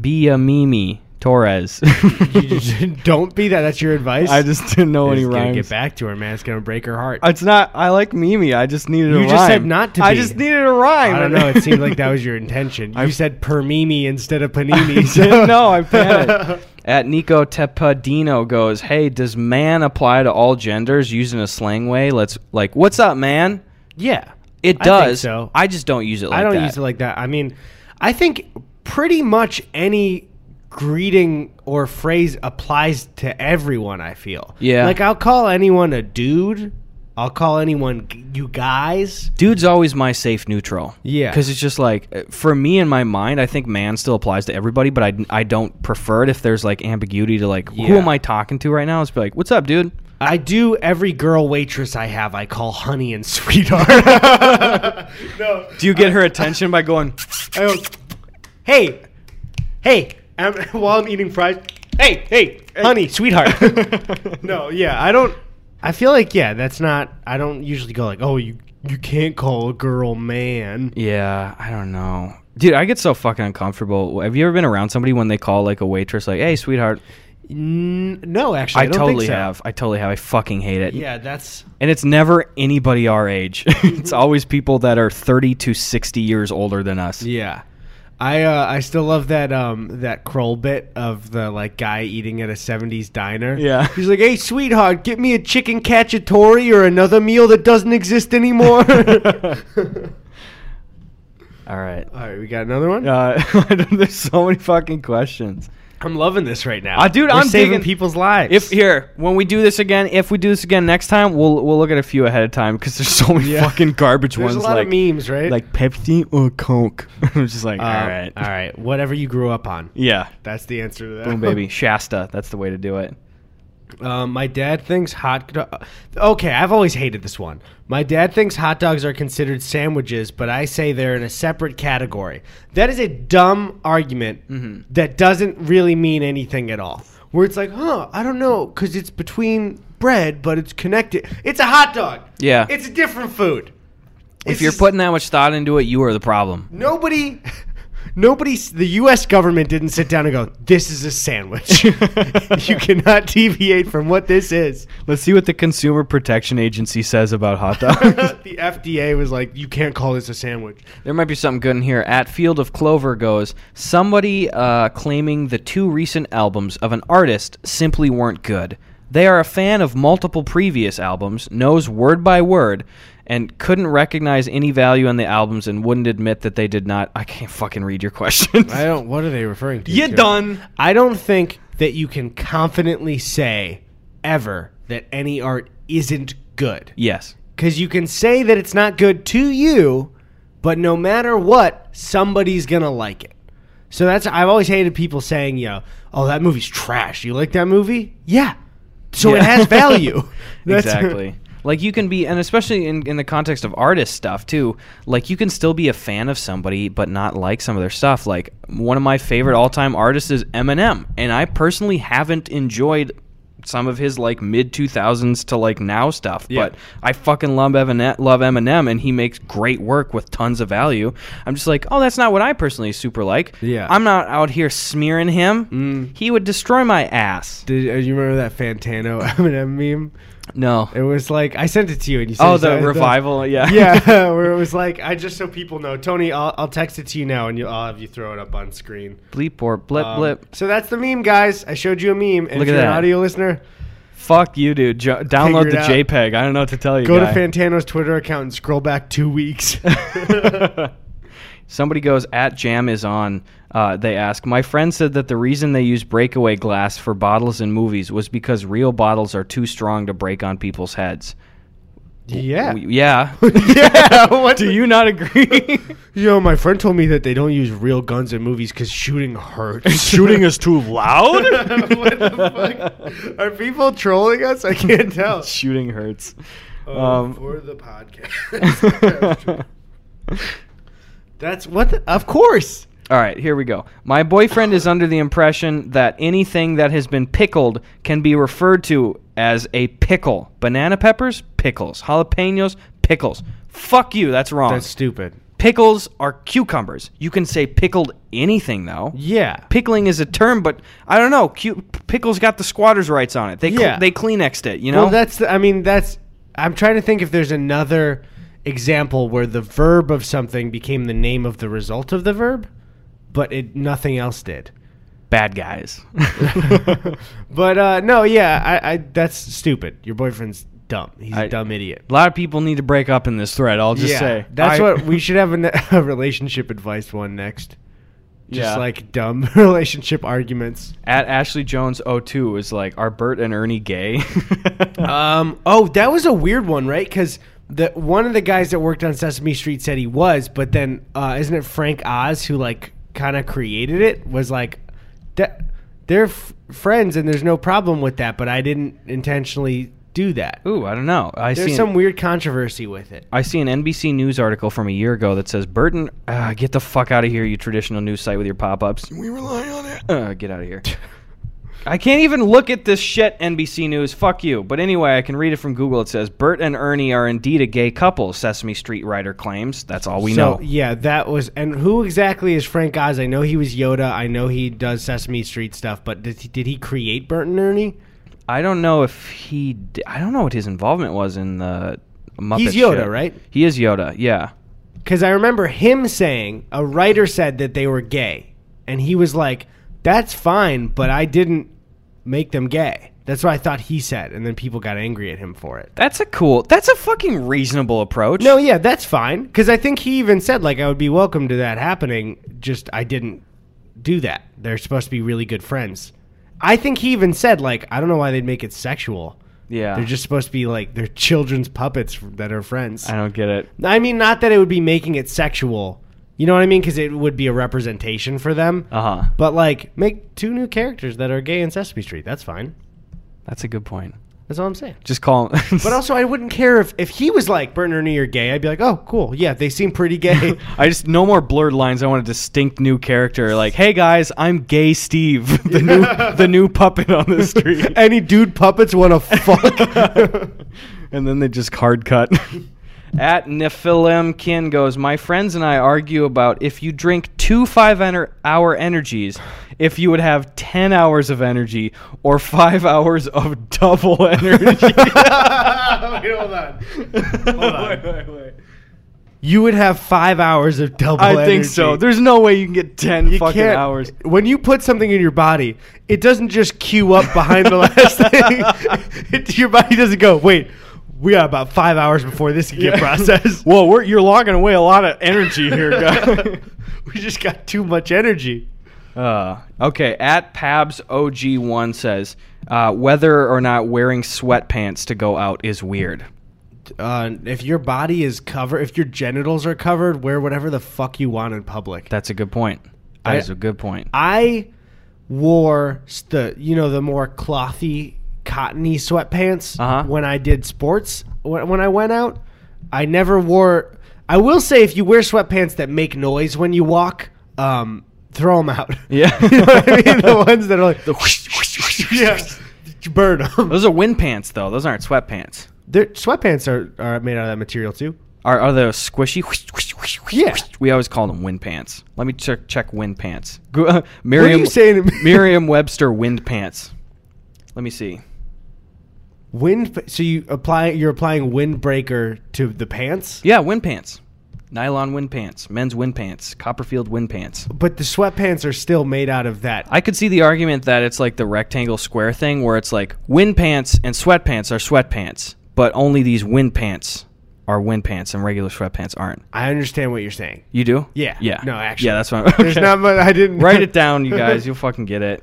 B: be a meme, Torres.
A: You just- don't be that. That's your advice.
B: I just didn't know
A: It's
B: any
A: gonna
B: rhymes.
A: get back to her, man. It's gonna break her heart.
B: It's not. I like Mimi. I just needed a
A: You
B: rhyme.
A: just said not to
B: I
A: be.
B: just needed a rhyme.
A: I don't know. It seemed like that was your intention. You
B: I-
A: said per mimi instead of
B: I
A: panini.
B: didn't know, I panicked. At Nico Tepadino goes, hey, does man apply to all genders using a slang way? Let's like, what's up, man?
A: yeah,
B: It
A: I think
B: does.
A: so.
B: I just don't use it. like
A: I don't
B: that.
A: use it like that. I mean, I think pretty much any greeting or phrase applies to everyone. I feel.
B: Yeah.
A: Like I'll call anyone a dude. I'll call anyone g- you guys.
B: Dude's always my safe neutral.
A: Yeah.
B: Because it's just like, uh, for me in my mind, I think man still applies to everybody, but I, I don't prefer it if there's like ambiguity to like, who
A: Yeah.
B: am I talking to right now? It's be like, what's up, dude?
A: I do every girl waitress I have. I call honey and sweetheart. no.
B: Do you get her attention by going,
A: I go, hey, hey, I'm, while I'm eating fries, hey, hey, honey, sweetheart. no, yeah, I don't. I feel like yeah, that's not. I don't usually go like, oh, you you can't call a girl man.
B: Yeah, I don't know. Dude, I get so fucking uncomfortable. Have you ever been around somebody when they call like a waitress like, "Hey, sweetheart."
A: N- no, actually,
B: I,
A: I, don't
B: totally
A: think so.
B: have. I totally have. I fucking hate it.
A: Yeah, that's
B: And it's never anybody our age. it's always people that are 30 to 60 years older than us.
A: yeah. I uh, I still love that um that Kroll bit of the like guy eating at a '70s diner.
B: Yeah.
A: he's like, "Hey, sweetheart, get me a chicken cacciatore or another meal that doesn't exist anymore."
B: All right.
A: All right, we got another one.
B: Uh, there's so many fucking questions.
A: I'm loving this right now.
B: Uh, dude,
A: We're
B: I'm
A: saving
B: digging-
A: people's lives.
B: If here, when we do this again, if we do this again next time, we'll we'll look at a few ahead of time because there's so many
A: Yeah.
B: fucking garbage
A: there's
B: ones
A: a lot
B: like
A: of memes, right?
B: like Pepsi or Coke. I'm just like,
A: Um,
B: Uh, all right,
A: all right, whatever you grew up on.
B: yeah,
A: That's the answer to that.
B: Boom, baby. Shasta. That's the way to do it.
A: Um, my dad thinks hot. do- Okay, I've always hated this one. My dad thinks hot dogs are considered sandwiches, but I say they're in a separate category. That is a dumb argument
B: Mm-hmm.
A: that doesn't really mean anything at all. Where it's like, huh, I don't know, because it's between bread, but it's connected. It's a hot dog.
B: Yeah.
A: it's a different food.
B: if you're putting that much thought into it, you are the problem.
A: Nobody, nobody, the U.S. government didn't sit down and go, this is a sandwich. you cannot deviate from what this is.
B: Let's see what the Consumer Protection Agency says about hot dogs.
A: the FDA was like, you can't call this a sandwich.
B: there might be something good in here. At Field of Clover goes somebody uh, claiming the two recent albums of an artist simply weren't good. They are a fan of multiple previous albums, knows word by word, and couldn't recognize any value in the albums and wouldn't admit that they did not. I can't fucking read your questions.
A: I don't, what are they referring to?
B: You
A: Kira?
B: done.
A: I don't think that you can confidently say ever that any art isn't good.
B: Yes.
A: Because you can say that it's not good to you, but no matter what, somebody's gonna like it. So that's I've always hated people saying, you know, oh that movie's trash. You like that movie? Yeah. So it
B: Yeah.
A: has value. That's-
B: exactly. Like you can be, and especially in, in the context of artist stuff too. Like you can still be a fan of somebody, but not like some of their stuff. Like one of my favorite all time artists is Eminem, and I personally haven't enjoyed some of his like mid two thousands to like now stuff.
A: Yeah.
B: But I fucking love Eminem, love Eminem, and he makes great work with tons of value. I'm just like, oh, that's not what I personally super like.
A: Yeah. Mm.
B: I'm not out here smearing him. He would destroy my ass.
A: Did uh, you remember that Fantano Eminem meme?
B: No.
A: It was like I sent it to you and you said
B: Oh,
A: you saw
B: the
A: it,
B: revival, yeah.
A: yeah, where it was like I just so people know, Tony, I'll, I'll text it to you now and you, I'll have you throw it up on screen.
B: Bleep or blip
A: Um,
B: blip.
A: So that's the meme, guys. I showed you a meme. And
B: Look
A: if
B: at
A: you're an
B: that.
A: audio listener,
B: Fuck you, dude. Jo- download
A: Figure it
B: the
A: out.
B: JPEG. I don't know what to tell you.
A: Go
B: guy.
A: to Fantano's Twitter account and scroll back two weeks.
B: Somebody goes at Jam is on. Uh, they ask. My friend said that the reason they use breakaway glass for bottles in movies was because real bottles are too strong to break on people's heads.
A: yeah.
B: W- yeah.
A: yeah. What
B: Do you not agree?
A: Yo, my friend told me that they don't use real guns in movies because shooting hurts.
B: is too loud.
A: what the fuck? Are people trolling us? I can't tell.
B: Shooting hurts.
A: Um,
B: Um,
A: for the podcast. That's what. The, of course.
B: All right, here we go. My boyfriend is under the impression that anything that has been pickled can be referred to as a pickle. Banana peppers, pickles. Jalapenos, pickles. Fuck you, that's wrong.
A: That's stupid.
B: Pickles are cucumbers. You can say pickled anything though.
A: Yeah.
B: Pickling is a term, but I don't know. Cu- pickles got the squatters' rights on it. They cl-
A: Yeah.
B: they Kleenexed it, you know.
A: Well, that's. The, I mean, that's. I'm trying to think if there's another example where the verb of something became the name of the result of the verb, but it nothing else did.
B: Bad guys.
A: But uh, no, yeah, I, I. That's stupid. Your boyfriend's dumb. He's a
B: I-
A: dumb idiot.
B: a lot of people need to break up in this thread. I'll just
A: yeah,
B: say
A: that's
B: I-
A: what we should have a, ne- a relationship advice one next. Just
B: Yeah.
A: like dumb relationship arguments.
B: at Ashley Jones 02 is like, are Bert and Ernie gay?
A: Um. Oh, that was a weird one, right? Because the one of the guys that worked on Sesame Street said he was, but then uh, isn't it Frank Oz who like kind of created it? Was like that they're f- friends and there's no problem with that, but I didn't intentionally do that.
B: Ooh, I don't know. I see
A: There's
B: an,
A: some weird controversy with it.
B: I see an NBC News article from a year ago that says Burton, uh, get the fuck out of here, you traditional news site with your pop ups. We rely on it. Uh, get out of here. I can't even look at this shit, NBC News. Fuck you. But anyway, I can read it from Google. It says Bert and Ernie are indeed a gay couple, Sesame Street writer claims. That's all we
A: so
B: know.
A: yeah, that was and who exactly is Frank Oz? I know he was Yoda. I know he does Sesame Street stuff, but did he, did he create Bert and Ernie?
B: I don't know if he. d I don't know what his involvement was in the Muppet.
A: He's Yoda,
B: shit.
A: right?
B: He is Yoda. Yeah.
A: Because I remember him saying, a writer said that they were gay. And he was like, that's fine, but I didn't make them gay. That's what I thought he said. And then people got angry at him for it.
B: That's a cool. That's a fucking reasonable approach.
A: No, yeah, that's fine. Because I think he even said, like, I would be welcome to that happening. Just, I didn't do that. They're supposed to be really good friends. I think he even said, like, I don't know why they'd make it sexual.
B: Yeah.
A: They're just supposed to be, like, they're children's puppets that are friends.
B: I don't get it.
A: I mean, not that it would be making it sexual. You know what I mean? Because it would be a representation for them.
B: Uh huh.
A: But like, make two new characters that are gay in Sesame Street. That's fine.
B: That's a good point.
A: That's all I'm saying.
B: Just call him.
A: But also, I wouldn't care if, if he was like Bert and Ernie are gay. I'd be like, oh, cool. Yeah, they seem pretty gay.
B: I just no more blurred lines. I want a distinct new character. Like, hey guys, I'm Gay Steve, the new the new puppet on the street.
A: Any dude puppets want to fuck?
B: and then they just card cut. At Nephilim Kin goes, My friends and I argue about if you drink two five ener- hour energies, if you would have 10 hours of energy or five hours of double energy.
A: Wait, hold on. Hold on. You would have five hours of double.
B: I think so.
A: energy.
B: There's no way you can get 10 fucking
A: can't-
B: hours.
A: When you put something in your body, it doesn't just queue up behind the last thing. It- your body doesn't go, wait, we got about five hours before this can get processed.
B: Whoa, we're, you're logging away a lot of energy here, guys.
A: we just got too much energy.
B: Uh, okay, at Pabs OG1 says uh, whether or not wearing sweatpants to go out is weird.
A: Uh, if your body is covered, if your genitals are covered, wear whatever the fuck you want in public.
B: That's a good point. That
A: I-
B: is a good point.
A: I wore s- the you know the more clothy, cottony sweatpants
B: Uh-huh.
A: when I did sports. When, when I went out, I never wore. I will say, if you wear sweatpants that make noise when you walk, um, throw them out.
B: Yeah.
A: you know what I mean. The ones that are like yeah, burn them.
B: Those are wind pants, though. Those aren't sweatpants.
A: Their sweatpants are are made out of that material too.
B: Are, are those squishy?
A: Yeah.
B: We always call them wind pants. Let me check check wind pants. Go- uh, Merriam,
A: saying to me?
B: Merriam-Webster wind pants. Let me see.
A: Wind. So you apply you're applying windbreaker to the pants.
B: Yeah, wind pants. Nylon wind pants. Men's wind pants. Copperfield wind pants.
A: But the sweatpants are still made out of that
B: I could see the argument that it's like the rectangle square thing where it's like wind pants and sweatpants are sweatpants, but only these wind pants are wind pants and regular sweatpants aren't.
A: I understand what you're saying.
B: You do?
A: Yeah.
B: Yeah.
A: No, actually.
B: Yeah, that's what I'm okay.
A: There's not much I didn't
B: Write it down, you guys. You'll fucking get it.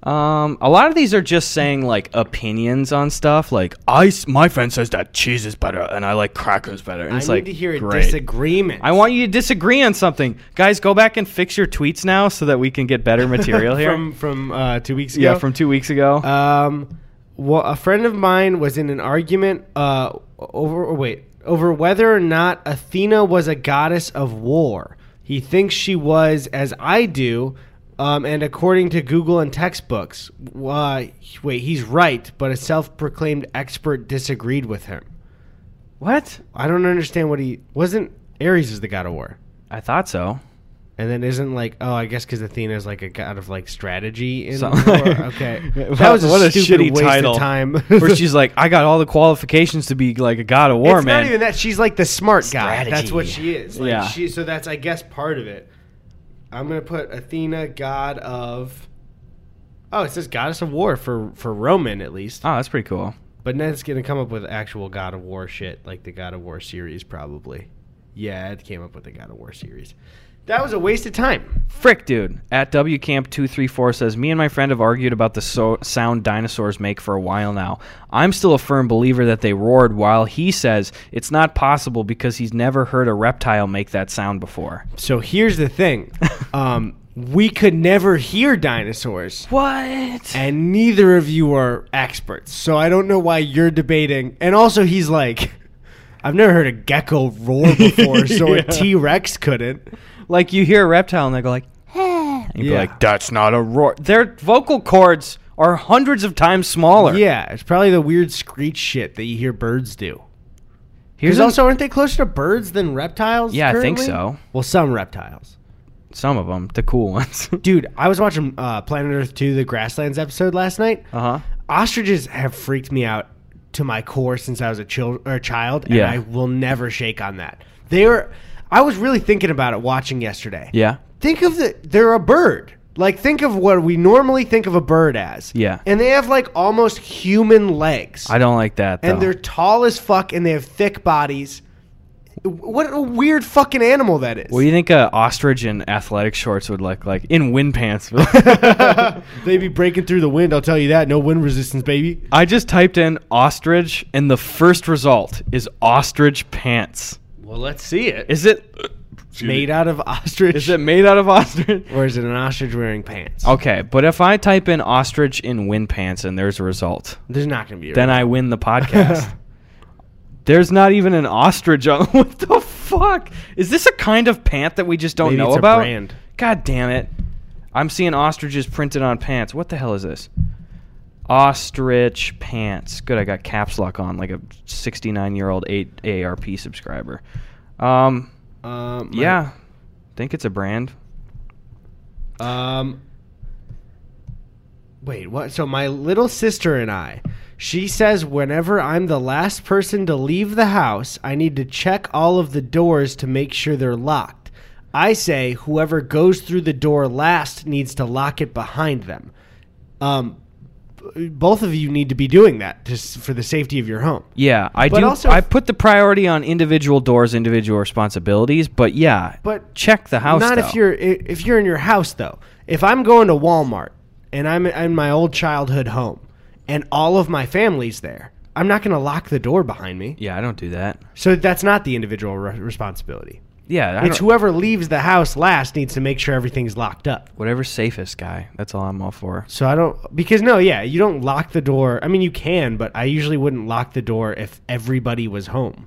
B: Um, a lot of these are just saying like opinions on stuff. Like I, s- my friend says that cheese is better, and I like crackers better. And
A: I
B: it's
A: need
B: like,
A: to hear a
B: great.
A: disagreement.
B: I want you to disagree on something, guys. Go back and fix your tweets now, so that we can get better material here.
A: from from uh, two weeks ago.
B: yeah, Uh, from two weeks ago.
A: um, well, a friend of mine was in an argument uh over or wait over whether or not Athena was a goddess of war. He thinks she was, as I do, um, and according to Google and textbooks. Uh, wait, he's right, but a self-proclaimed expert disagreed with him.
B: What?
A: I don't understand what he wasn't. Ares is the god of war,
B: I thought so.
A: and then isn't like oh, I guess because Athena is like a god of like strategy. In
B: Something
A: war.
B: like-
A: Okay,
B: Wow,
A: that was a
B: what a
A: stupid
B: shitty
A: waste
B: title.
A: of time.
B: Where she's like, I got all the qualifications to be like a god of war,
A: it's
B: man.
A: not even that. She's like the smart guy. That's what
B: Strategy.
A: she is. Like,
B: Yeah.
A: She, so that's I guess part of it. I'm gonna put Athena, god of. Oh, it says goddess of war for for Roman at least.
B: oh, that's pretty cool.
A: But then it's gonna come up with actual God of War shit, like the God of War series, probably. Yeah, it came up with the God of War series. That was a waste of time.
B: Frick, dude. At WCamp234 says, Me and my friend have argued about the so- sound dinosaurs make for a while now. I'm still a firm believer that they roared, while he says it's not possible because he's never heard a reptile make that sound before.
A: So here's the thing, um, we could never hear dinosaurs,
B: What?
A: and neither of you are experts. So I don't know why you're debating. And also, he's like, I've never heard a gecko roar before, so
B: Yeah.
A: a T Rex couldn't.
B: Like, you hear a reptile and they go, like, and you'd
A: Yeah.
B: be like, That's not a roar. Their vocal cords are hundreds of times smaller.
A: Yeah, it's probably the weird screech shit that you hear birds do.
B: Here's
A: Because
B: an-
A: also, aren't they closer to birds than reptiles?
B: Yeah, I think
A: currently?
B: so.
A: Well, some reptiles.
B: some of them, the cool ones.
A: Dude, I was watching uh, Planet Earth 2, the Grasslands episode last night.
B: uh huh.
A: Ostriches have freaked me out to my core since I was a, chil- or a child, and
B: Yeah.
A: I will never shake on that. They are. I was really thinking about it watching yesterday.
B: Yeah.
A: Think of the. They're a bird. Like, think of what we normally think of a bird as.
B: Yeah.
A: And they have, like, almost human legs.
B: I don't like that. Though.
A: and they're tall as fuck, and they have thick bodies. What a weird fucking animal that is.
B: What do you think a ostrich in athletic shorts would look like in wind pants?
A: they be breaking through the wind. I'll tell you that. No wind resistance, baby.
B: I just typed in ostrich, and the first result is ostrich pants.
A: Well, let's see it.
B: Is it
A: made out of ostrich,
B: is it made out of ostrich?
A: or is it an ostrich wearing pants?
B: Okay, but if I type in ostrich in wind pants and there's a result,
A: There's not gonna be. A
B: then I win the podcast. There's not even an ostrich on. What the fuck? Is this a kind of pant that we just don't
A: Maybe
B: know
A: it's a
B: about?
A: brand.
B: God damn it! I'm seeing ostriches printed on pants. What the hell is this? Ostrich pants. Good, I got caps lock on like a 69 year old eight ARP subscriber. Um,
A: Um, my-
B: yeah, think it's a brand.
A: Um. Wait, what? So my little sister and I, she says whenever I'm the last person to leave the house, I need to check all of the doors to make sure they're locked. I say whoever goes through the door last needs to lock it behind them. Um, b- both of you need to be doing that just for the safety of your home.
B: Yeah, I
A: But
B: do.
A: also-
B: I put the priority on individual doors, individual responsibilities. But yeah,
A: But
B: check the house.
A: Not
B: though.
A: if you're i- if you're in your house though. If I'm going to Walmart and I'm in my old childhood home and all of my family's there, I'm not going to lock the door behind me.
B: Yeah, I don't do that.
A: So that's not the individual re- responsibility.
B: Yeah, I
A: It's
B: don't-
A: whoever leaves the house last needs to make sure everything's locked up.
B: whatever's safest, guy. That's all I'm all for.
A: So I don't because no, yeah, you don't lock the door. I mean, you can, but I usually wouldn't lock the door if everybody was home.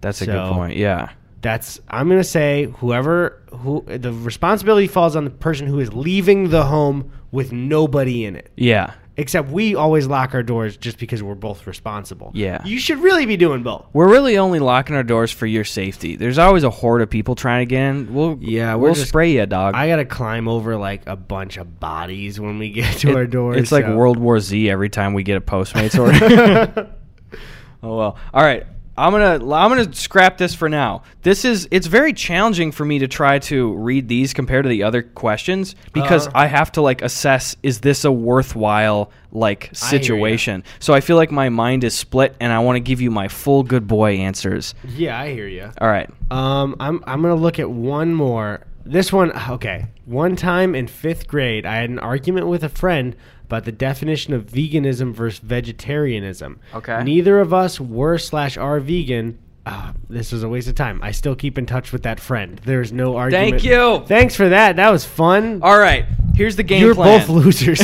B: That's a
A: So-
B: good point. Yeah,
A: That's I'm gonna say whoever who the responsibility falls on the person who is leaving the home with nobody in it.
B: yeah.
A: Except we always lock our doors just because we're both responsible.
B: Yeah.
A: You should really be doing both.
B: We're really only locking our doors for your safety. There's always a horde of people trying to get in. We'll
A: Yeah, we're
B: we'll
A: just-
B: spray you, dog.
A: I gotta climb over like a bunch of bodies when we get to
B: It-
A: our doors.
B: It's like
A: so-
B: World War Z every time we get a Postmates order. oh well. All right. I'm gonna I'm gonna scrap this for now. This is it's very challenging for me to try to read these compared to the other questions because
A: Uh-huh.
B: I have to like assess is this a worthwhile like
A: hear ya.
B: situation. so I feel like my mind is split and I want to give you my full good boy answers.
A: Yeah, I hear you.
B: All right.
A: Um, I'm I'm gonna look at one more. This one, okay. One time in fifth grade, I had an argument with a friend about the definition of veganism versus vegetarianism.
B: Okay.
A: Neither of us were slash are vegan. Ah, this was a waste of time. I still keep in touch with that friend. There's no argument.
B: Thank you.
A: Thanks for that. That was fun.
B: All right. Here's the game
A: You're
B: plan.
A: both losers.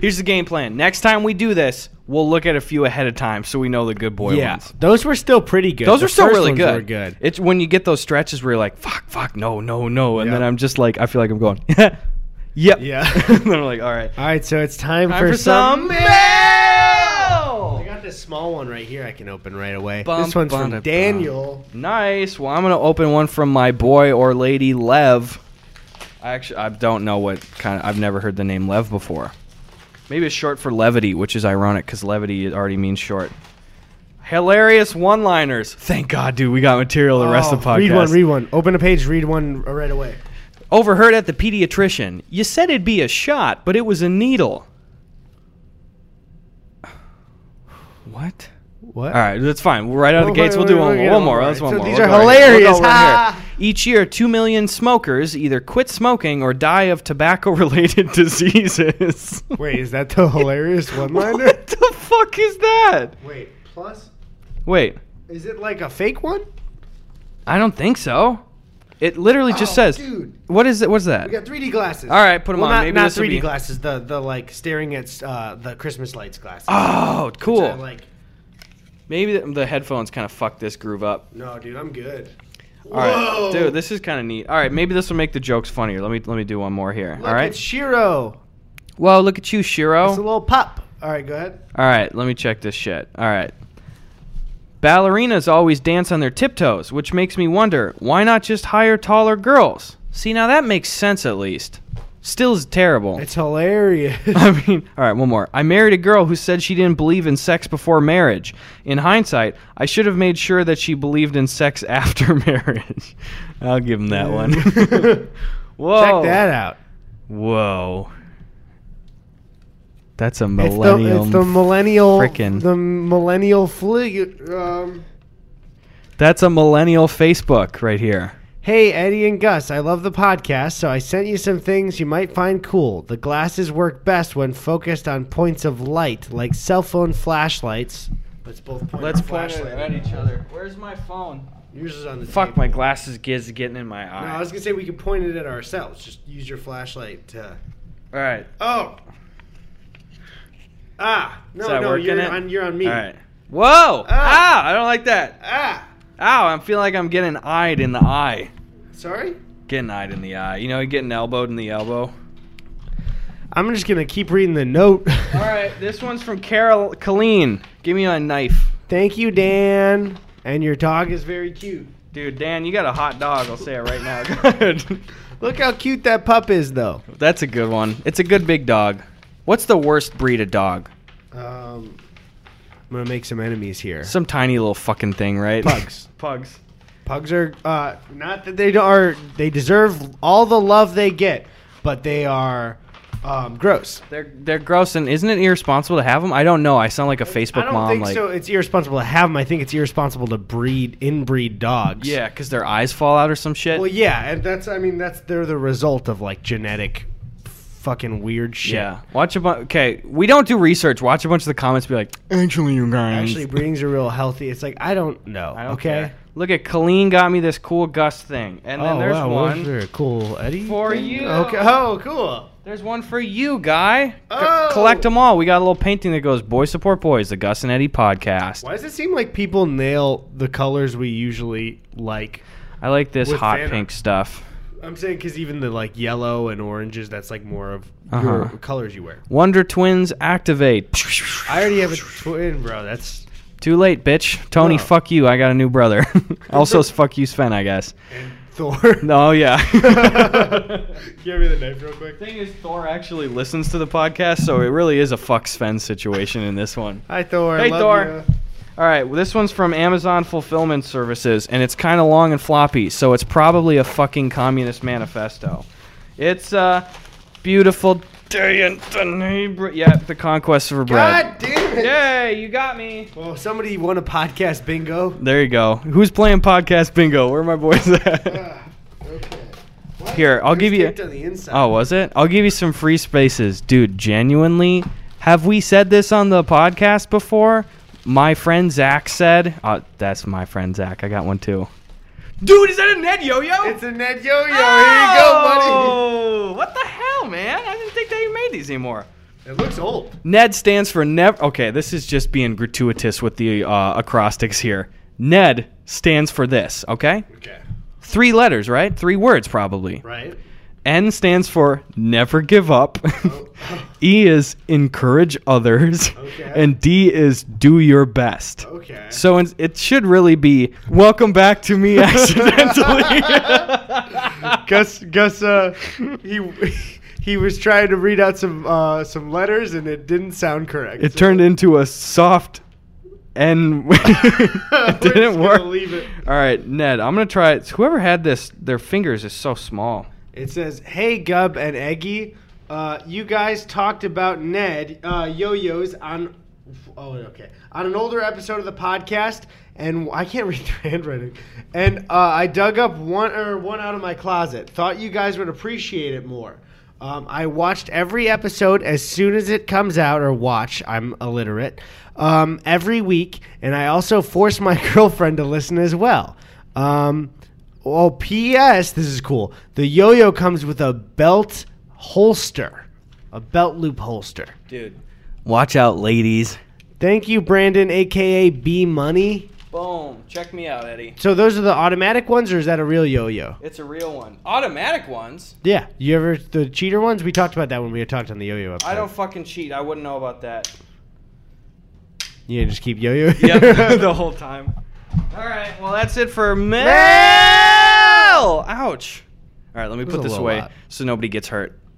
B: Here's the game plan. Next time we do this, we'll look at a few ahead of time so we know the good boy
A: yeah,
B: ones.
A: those were still pretty good.
B: Those
A: The
B: are still
A: first
B: really
A: ones
B: good.
A: Were good.
B: It's when you get those stretches where you're like, fuck, fuck, no, no, no. And
A: Yeah.
B: then I'm just like, I feel like I'm going, yep.
A: Yeah.
B: and then I'm like, all right.
A: All right, so it's time,
B: Time for some
A: I
B: mail!
A: got this small one right here. I can open right away.
B: Bum,
A: this one's
B: bum,
A: from
B: da, bum.
A: Daniel.
B: Nice. Well, I'm going to open one from my boy or lady Lev. I actually I don't know what kind of, I've never heard the name Lev before. Maybe it's short for levity, which is ironic because levity already means short. Hilarious one liners. Thank God, dude, we got material the rest of the podcast.
A: Oh, Read one. Read one. Open a page. Read one right away.
B: Overheard at the pediatrician. You said it'd be a shot, but it was a needle. What?
A: What?
B: All right, that's fine. We're right out of the
A: Well,
B: gates.
A: wait,
B: We'll do
A: wait,
B: one,
A: wait,
B: one
A: yeah,
B: more.
A: all
B: That's
A: right.
B: one
A: So
B: more.
A: these
B: We'll
A: are
B: go right here. We'll go
A: hilarious.
B: right
A: Ha!
B: here. Each year, two million smokers either quit smoking or die of tobacco-related diseases.
A: Wait, is that the hilarious one-liner?
B: what the fuck is that?
A: Wait. Plus,
B: Wait,
A: is it like a fake one?
B: I don't think so. It literally just
A: Oh,
B: says.
A: dude.
B: What is it? What's that?
A: We got 3D glasses.
B: All right, put 'em
A: well,
B: on.
A: Not,
B: Maybe
A: not
B: this'll
A: 3D
B: be-
A: glasses. The the like staring at uh, the Christmas lights glasses.
B: Oh, cool.
A: So, like,
B: Maybe the, the headphones kind of fucked this groove up.
A: no, dude, I'm good.
B: All right,
A: Whoa!
B: dude, this is kind of neat. All right, maybe this will make the jokes funnier. Let me let me do one more here.
A: Look
B: All right.
A: at Shiro.
B: Well, look at you,
A: It's a
B: Shiro.
A: little pup. All right, go ahead.
B: All right, let me check this shit. All right. Ballerinas always dance on their tiptoes, which makes me wonder why not just hire taller girls? See, now that makes sense at least. Still is terrible.
A: It's hilarious.
B: I mean, all right, one more. I married a girl who said she didn't believe in sex before marriage. In hindsight, I should have made sure that she believed in sex after marriage. I'll give him that one. Whoa.
A: Check that out.
B: Whoa. That's a
A: It's the,
B: millennial.
A: it's the millennial.
B: frickin'.
A: The millennial flig. Um,
B: That's a millennial Facebook right here.
A: Hey, Eddie and Gus, I love the podcast, so I sent you some things you might find cool. The glasses work best when focused on points of light, like cell phone flashlights. Let's both point
B: Let's
A: our
B: point it
A: flashlight
B: at each other. Where's my phone?
A: Yours is on the
B: Fuck,
A: table.
B: my glasses giz getting in my
A: No,
B: eye.
A: I was gonna say we could point it at ourselves. Just use your flashlight to.
B: All right.
A: Oh. Ah. No,
B: Is that
A: no,
B: working
A: you're
B: it?
A: on. You're on me.
B: All right. Whoa! Ah.
A: Ah.
B: I don't like that.
A: Ah.
B: Ow! I feel like I'm getting eyed in the eye.
A: Sorry.
B: Getting eyed in the eye. You know, getting elbowed in the elbow.
A: I'm just gonna keep reading the note.
B: All right, this one's from Carol Colleen. Give me a knife,
A: Thank you, Dan. And your dog is very cute.
B: dude. Dan, you got a hot dog. I'll say it right now. Good.
A: Look how cute that pup is, though.
B: That's a good one. It's a good big dog. What's the worst breed of dog?
A: Um, I'm gonna make some enemies here.
B: Some tiny little fucking thing, right?
A: Pugs.
B: Pugs.
A: Pugs are uh, not that they don't- are they deserve all the love they get, but they are um, gross.
B: They're they're gross, and isn't it irresponsible to have them? I don't know. I sound like a Facebook
A: I don't
B: mom.
A: think
B: like,
A: so. It's irresponsible to have them. I think it's irresponsible to breed inbreed dogs.
B: yeah, because their eyes fall out or some shit.
A: Well, yeah, and that's I mean that's they're the result of like genetic fucking weird shit.
B: yeah. Watch a bunch. Okay, we don't do research. Watch a bunch of the comments. Be like, actually, you guys.
A: Actually, breedings are real healthy. It's like I don't know.
B: I don't
A: okay.
B: care. Look at Colleen got me this cool Gus thing, and then
A: oh
B: there's
A: wow,
B: one.
A: those are cool, Eddie.
B: For you.
A: Okay. Oh, cool.
B: There's one for you, guy. C-
A: Oh!
B: collect them all. We got a little painting that goes "Boy Support Boys," the Gus and Eddie podcast.
A: Why does it seem like people nail the colors we usually like?
B: I like this
A: With
B: hot
A: fan art.
B: pink stuff.
A: I'm saying because even the like yellow and oranges, that's like more of your
B: Uh-huh.
A: colors you wear.
B: Wonder Twins activate.
A: I already have a twin, bro. That's
B: Too late, bitch. Tony,
A: No.
B: fuck you. I got a new brother. also, fuck you, Sven. I guess.
A: and Thor.
B: No, yeah.
A: Give me the knife real quick.
B: Thing is, Thor actually listens to the podcast, so it really is a fuck Sven situation in this one.
A: Hi, Thor.
B: Hey,
A: Love
B: Thor.
A: ya.
B: All right, well, this one's from Amazon Fulfillment Services, and it's kind of long and floppy, so it's probably a fucking communist manifesto. It's uh, beautiful day in the neighbor. Yeah, the conquest for bread.
A: God damn it.
B: Yay, you got me.
A: Well, somebody won a podcast bingo.
B: There you go. Who's playing podcast bingo? Where are my boys at?
A: Ah, okay. What?
B: Here, I'll
A: It was
B: give you-
A: taped on the inside.
B: Oh, was it? I'll give you some free spaces, dude. Genuinely, have we said this on the podcast before? My friend Zach said. Uh, that's my friend Zach. I got one too. Dude, is that a Ned Yo Yo?
A: It's a Ned Yo Yo. Here you go, buddy.
B: Oh. What the hell, man? I didn't think they made these anymore.
A: It looks old.
B: Ned stands for never. Okay, this is just being gratuitous with the uh, acrostics here. Ned stands for this. Okay,
A: Okay.
B: three letters, right? Three words, probably.
A: Right.
B: N stands for never give up. e is encourage others,
A: Okay.
B: and D is do your best.
A: Okay.
B: So in- it should really be welcome back to me accidentally.
A: Gus Gus uh he he was trying to read out some uh some letters and it didn't sound correct.
B: it turned into a soft N. it
A: We're just
B: didn't
A: gonna
B: work.
A: leave it.
B: All right, Ned, I'm gonna try it. Whoever had this, their fingers is so small.
A: It says, "Hey Gub and Eggy, uh you guys talked about Ned uh yo-yos on oh okay. On an older episode of the podcast and I can't read the handwriting. And uh, I dug up one or one out of my closet. Thought you guys would appreciate it more." Um, I watched every episode as soon as it comes out, or watch, I'm illiterate, um, every week, and I also force my girlfriend to listen as well. Um, oh, P.S., this is cool. The yo yo comes with a belt holster, a belt loop holster.
B: Dude, watch out, ladies.
A: Thank you, Brandon, aka B Money.
B: Boom! Check me out, Eddie.
A: So, those are the automatic ones, or is that a real yo yo?
B: It's a real one. Automatic ones.
A: Yeah. You ever, the cheater ones? We talked about that when we had talked on the yo yo episode.
B: I don't fucking cheat. I wouldn't know about that.
A: You just keep yo yo?
B: Yep, the whole time. All right, well that's it for mail. Ouch. All right, let me
A: was
B: put
A: a
B: this
A: little
B: away
A: lot.
B: so nobody gets hurt.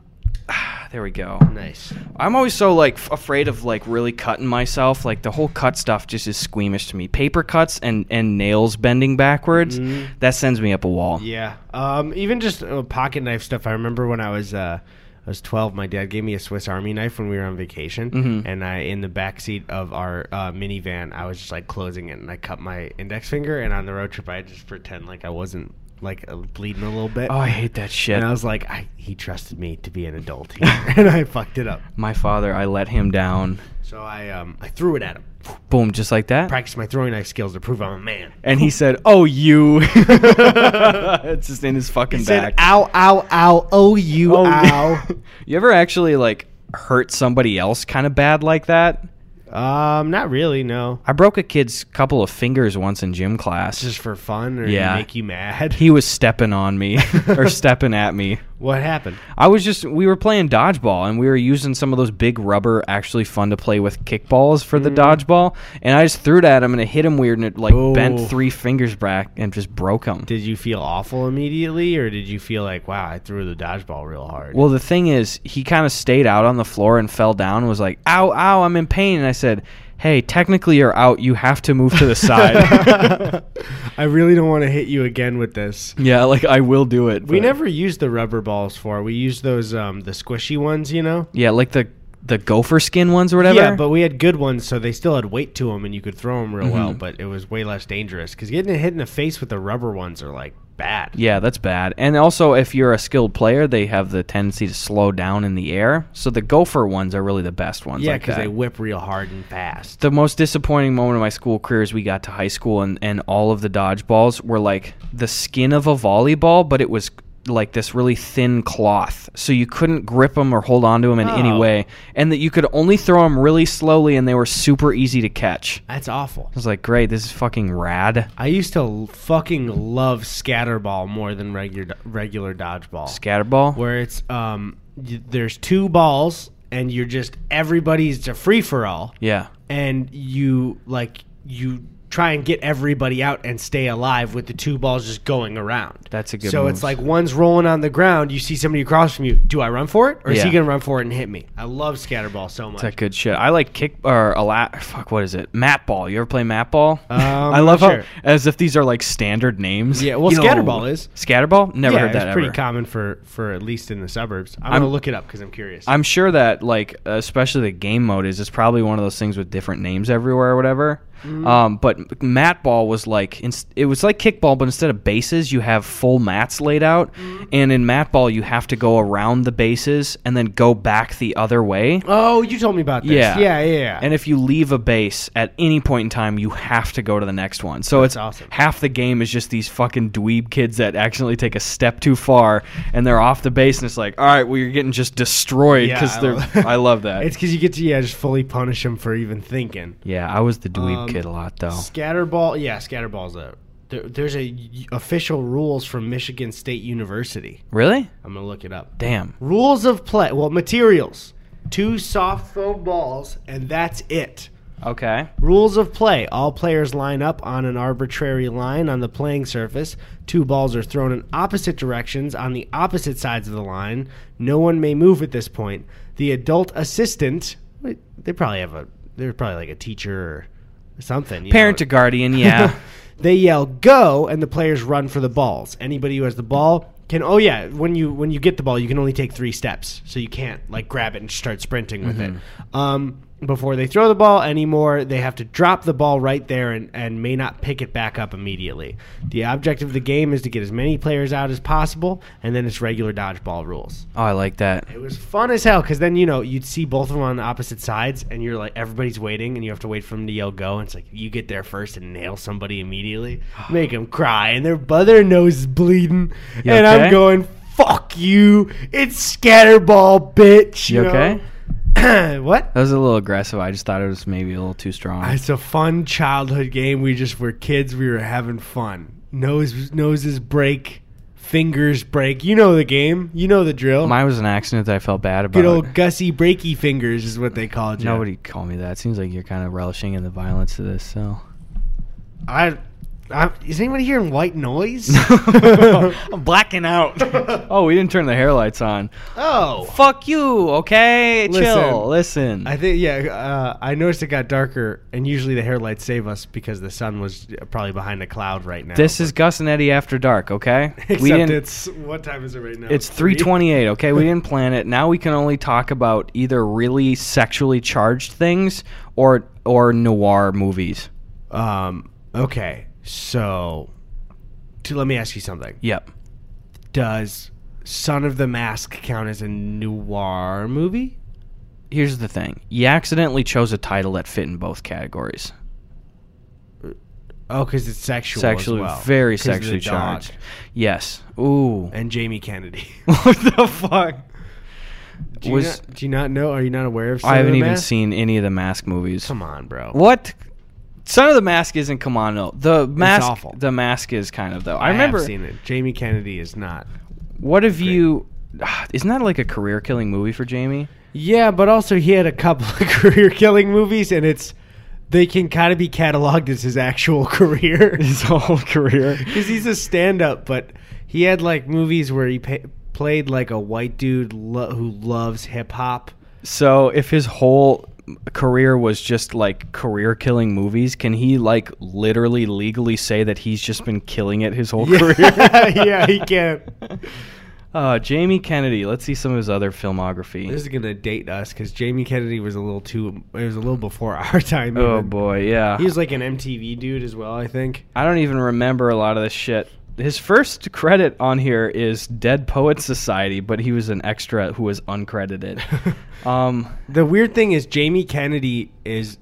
B: Ah, there we go.
A: Nice.
B: I'm always so like f- afraid of like really cutting myself. Like the whole cut stuff just is squeamish to me. Paper cuts and and nails bending backwards that sends me up a wall.
A: Mm-hmm. Yeah. Um, even just uh, pocket knife stuff. I remember when I was uh, I was 12, my dad gave me a Swiss Army knife when we were on vacation,
B: Mm-hmm.
A: and I in the back seat of our uh, minivan, I was just like closing it, and I cut my index finger, and on the road trip, I just pretend like I wasn't like uh, bleeding a little bit.
B: Oh, I hate that shit.
A: and I was like, I, he trusted me to be an adult here, and I fucked it up.
B: My father, I let him down.
A: So I um, I threw it at him.
B: Boom, just like that.
A: Practiced my throwing knife skills to prove I'm a man.
B: And he said, "Oh, you." it's just in his fucking
A: He
B: back.
A: said, "Ow, ow, ow, oh you,
B: Oh,
A: ow."
B: you ever actually like hurt somebody else kind of bad like that?
A: um, not really, no.
B: I broke a kid's couple of fingers once in gym class.
A: just for fun or to
B: Yeah.
A: make you mad?
B: he was stepping on me or stepping at me.
A: what happened?
B: I was just we were playing dodgeball and we were using some of those big rubber actually fun to play with kickballs for
A: Mm.
B: the dodgeball and I just threw it at him and it hit him weird and it like
A: Oh.
B: bent three fingers back and just broke him.
A: Did you feel awful immediately or did you feel like, wow, I threw the dodgeball real hard?
B: Well, the thing is, he kind of stayed out on the floor and fell down and was like, ow, ow, I'm in pain. And I said, hey, technically you're out. You have to move to the side.
A: I really don't want to hit you again with this.
B: yeah, like I will do it.
A: We
B: but-
A: never used the rubber balls for. We used those um the squishy ones, you know.
B: Yeah, like the the gopher skin ones or whatever.
A: Yeah, but we had good ones, so they still had weight to them, and you could throw them real
B: Mm-hmm.
A: well. But it was way less dangerous because getting hit in the face with the rubber ones are like bad.
B: Yeah, that's bad. And also, if you're a skilled player, they have the tendency to slow down in the air. So the gopher ones are really the best ones.
A: Yeah,
B: like
A: because
B: that.
A: they whip real hard and fast.
B: the most disappointing moment of my school career is we got to high school and, and all of the dodgeballs were like the skin of a volleyball, but it was like this really thin cloth. So you couldn't grip them or hold on to them in any
A: Oh.
B: way. And that you could only throw them really slowly and they were super easy to catch. I
A: That's awful.
B: was like, great, this is fucking rad.
A: I used to l- fucking love scatterball more than regular regular dodgeball,
B: Scatterball?
A: where it's um y- there's two balls and you're just everybody's a free for all,
B: yeah.
A: and you like you try and get everybody out and stay alive with the two balls just going around.
B: That's a good
A: So
B: move.
A: it's like one's rolling on the ground, you see somebody across from you. Do I run for it, or is he
B: Yeah.
A: gonna run for it and hit me? I love scatterball so much.
B: That good shit. I like kick or a lot. Fuck, what is it? Mat ball. You ever play mat ball?
A: Um,
B: I love
A: sure.
B: how as if these are like standard names.
A: Yeah, well,
B: Yo.
A: scatterball is.
B: scatterball. Never
A: yeah,
B: heard that
A: it's pretty
B: ever.
A: common for for at least in the suburbs. I'm, gonna look it up because I'm curious.
B: I'm sure that like especially the game mode is it's probably one of those things with different names everywhere or whatever. Um, but but mat ball was like ins- it was like kickball, but instead of bases, you have full mats laid out, and in mat ball, you have to go around the bases and then go back the other way.
A: Oh, you told me about this.
B: Yeah.
A: yeah, yeah. yeah.
B: And if you leave a base at any point in time, you have to go to the next one. So it's
A: awesome.
B: half the game is just these fucking dweeb kids that accidentally take a step too far and they're off the base, and it's like, all right, well, you're getting just destroyed
A: Yeah,
B: because
A: I love
B: they're.
A: that.
B: I love that.
A: it's because you get to yeah just fully punish them for even thinking.
B: yeah, I was the dweeb
A: Um,
B: kid a lot though.
A: Scatterball, yeah, scatterball's a there, there's a y- official rules from Michigan State University.
B: Really?
A: I'm gonna look it up.
B: Damn.
A: Rules of play. Well, materials: two soft foam balls, and that's it.
B: Okay.
A: Rules of play: All players line up on an arbitrary line on the playing surface. Two balls are thrown in opposite directions on the opposite sides of the line. No one may move at this point. The adult assistant. wait, They probably have a. They're probably like a teacher or something. you
B: Parent
A: know.
B: to guardian, yeah.
A: they yell go and the players run for the balls anybody who has the ball can oh yeah when you when you get the ball you can only take three steps so you can't like grab it and start sprinting with it um, before they throw the ball anymore they have to drop the ball right there and, and may not pick it back up immediately the objective of the game is to get as many players out as possible and then it's regular dodgeball rules
B: oh, I like that.
A: it was fun as hell because then you know you'd see both of them on the opposite sides, and you're like everybody's waiting, and you have to wait for them to yell go. And it's like you get there first and nail somebody immediately, make them cry, and their bu- their nose is bleeding,
B: You
A: and
B: okay?
A: I'm going fuck you, it's scatterball, bitch.
B: You okay?
A: okay? what?
B: That was a little aggressive. I just thought it was maybe a little too strong.
A: It's a fun childhood game. We just were kids. We were having fun. Nose noses break, fingers break. You know the game. You know the drill.
B: Mine was an accident that I felt bad about.
A: Good old Gussie Breaky Fingers is what they called you.
B: Nobody call me that. It seems like you're kind of relishing in the violence of this. So
A: I, I is anybody hearing white noise?
B: I'm blacking out. oh, we didn't turn the hair lights on.
A: oh,
B: Fuck you. Okay,
A: Listen.
B: chill. Listen.
A: I think yeah. Uh, I noticed it got darker, and usually the hair lights save us because the sun was probably behind a cloud right now.
B: this is Gus and Eddie after dark. Okay.
A: except
B: we didn't.
A: it's what time is it right now?
B: It's
A: Three?
B: 328, okay? We didn't plan it. Now we can only talk about either really sexually charged things or or noir movies.
A: Um. Okay. So, to, let me ask you something.
B: Yep.
A: Does Son of the Mask count as a noir movie?
B: Here's the thing. You accidentally chose a title that fit in both categories.
A: Oh, because it's sexual. as
B: sexually
A: well.
B: very
A: 'Cause of the
B: sexually
A: dog
B: charged. Yes. Ooh.
A: And Jamie Kennedy.
B: what the fuck?
A: Do you,
B: Was-
A: not, do you not know? Are you not aware of? Son
B: I haven't
A: of the
B: even
A: Mask?
B: seen any of the Mask movies.
A: Come on, bro.
B: What? Son of the Mask isn't come on though. The mask
A: awful.
B: the mask is kind of though. I,
A: I,
B: remember
A: have seen it. Jamie Kennedy is not.
B: what have you isn't that like a career killing movie for Jamie?
A: Yeah, but also he had a couple of career-killing movies, and it's they can kind of be cataloged as his actual career
B: His whole career.
A: because he's a stand-up. But he had like movies where he pa- played like a white dude lo- who loves hip hop.
B: So if his whole career was just like career killing movies, can he like literally legally say that he's just been killing it his whole career?
A: yeah, he can.
B: Uh, Jamie Kennedy. Let's see some of his other filmography.
A: This is gonna date us because Jamie Kennedy was a little too. It was a little before our time.
B: oh
A: even.
B: boy, yeah.
A: He was like an MTV dude as well, I think.
B: I don't even remember a lot of this shit. His first credit on here is Dead Poets Society, but he was an extra who was uncredited. um,
A: The weird thing is Jamie Kennedy is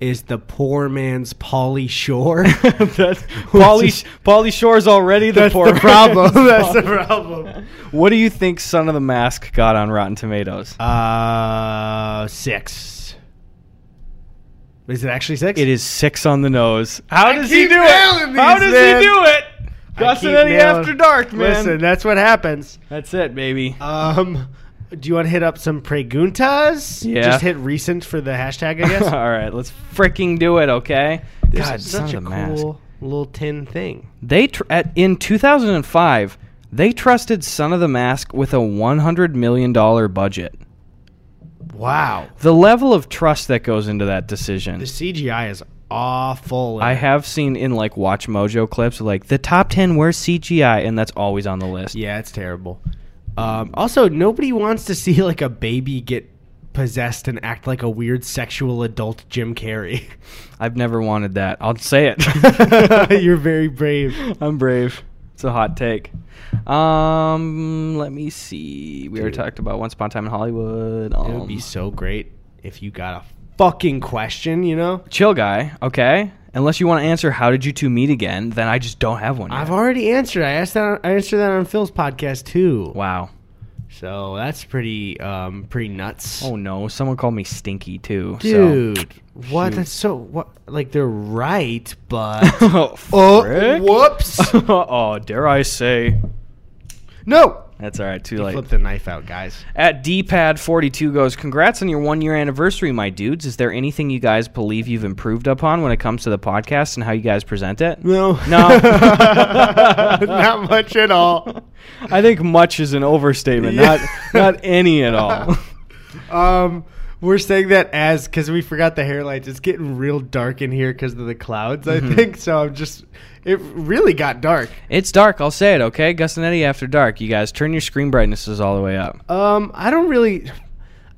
A: is the poor man's Polly Shore.
B: that's Pauly,
A: is-
B: Pauly Shore's already the
A: That's
B: poor
A: the
B: man's
A: problem. That's
B: Pauly.
A: the problem.
B: What do you think Son of the Mask got on Rotten Tomatoes?
A: Uh, six. Is it actually six?
B: It is six on the nose. How does he
A: keep
B: do it?
A: nailing
B: How
A: these,
B: does
A: man.
B: he do it?
A: I
B: Gus and
A: keep
B: Eddie
A: nailing-
B: After Dark, man.
A: Listen, that's what happens.
B: That's it, baby.
A: Um, do you want to hit up some preguntas?
B: Yeah.
A: Just hit recent for the hashtag, I guess.
B: All right, let's freaking do it, okay?
A: This
B: God,
A: is
B: Son
A: such a
B: of the Mask.
A: cool little tin thing.
B: They tr- at, in 2005, they trusted Son of the Mask with a 100 million dollar budget.
A: Wow.
B: The level of trust that goes into that decision.
A: The CGI is awful.
B: I have seen in like Watch Mojo clips like the top 10 worst CGI and that's always on the list.
A: Yeah, it's terrible. Um, also, nobody wants to see like a baby get possessed and act like a weird sexual adult Jim Carrey.
B: I've never wanted that. I'll say it.
A: You're very brave.
B: I'm brave. It's a hot take. Um, let me see. We already
A: Dude.
B: talked about Once Upon a Time in Hollywood.
A: It would
B: Um,
A: be so great if you got a fucking question, you know?
B: chill guy. Okay. Unless you want to answer, how did you two meet again? Then I just don't have one. Yet.
A: I've already answered. I asked that. I answered that on Phil's podcast too.
B: wow.
A: So that's pretty, um, pretty nuts.
B: Oh no! Someone called me stinky too.
A: dude, what?
B: shoot.
A: That's so what? Like they're right, but
B: So.
A: oh,
B: Frick.
A: whoops!
B: oh, dare I say?
A: no,
B: That's all right. Too
A: He
B: late.
A: flipped the knife out, guys.
B: At DPAD42 goes, Congrats on your one year anniversary, my dudes. Is there anything you guys believe you've improved upon when it comes to the podcast and how you guys present it?
A: No,
B: No.
A: not much at all.
B: I think much is an overstatement,
A: Yeah.
B: not, not any at all.
A: Um, we're saying that as because we forgot the hair lights. It's getting real dark in here because of the clouds.
B: Mm-hmm.
A: I think so. I'm just. It really got dark.
B: it's dark, I'll say it, okay? Gus and Eddie after dark. You guys, turn your screen brightnesses all the way up.
A: Um, I don't really.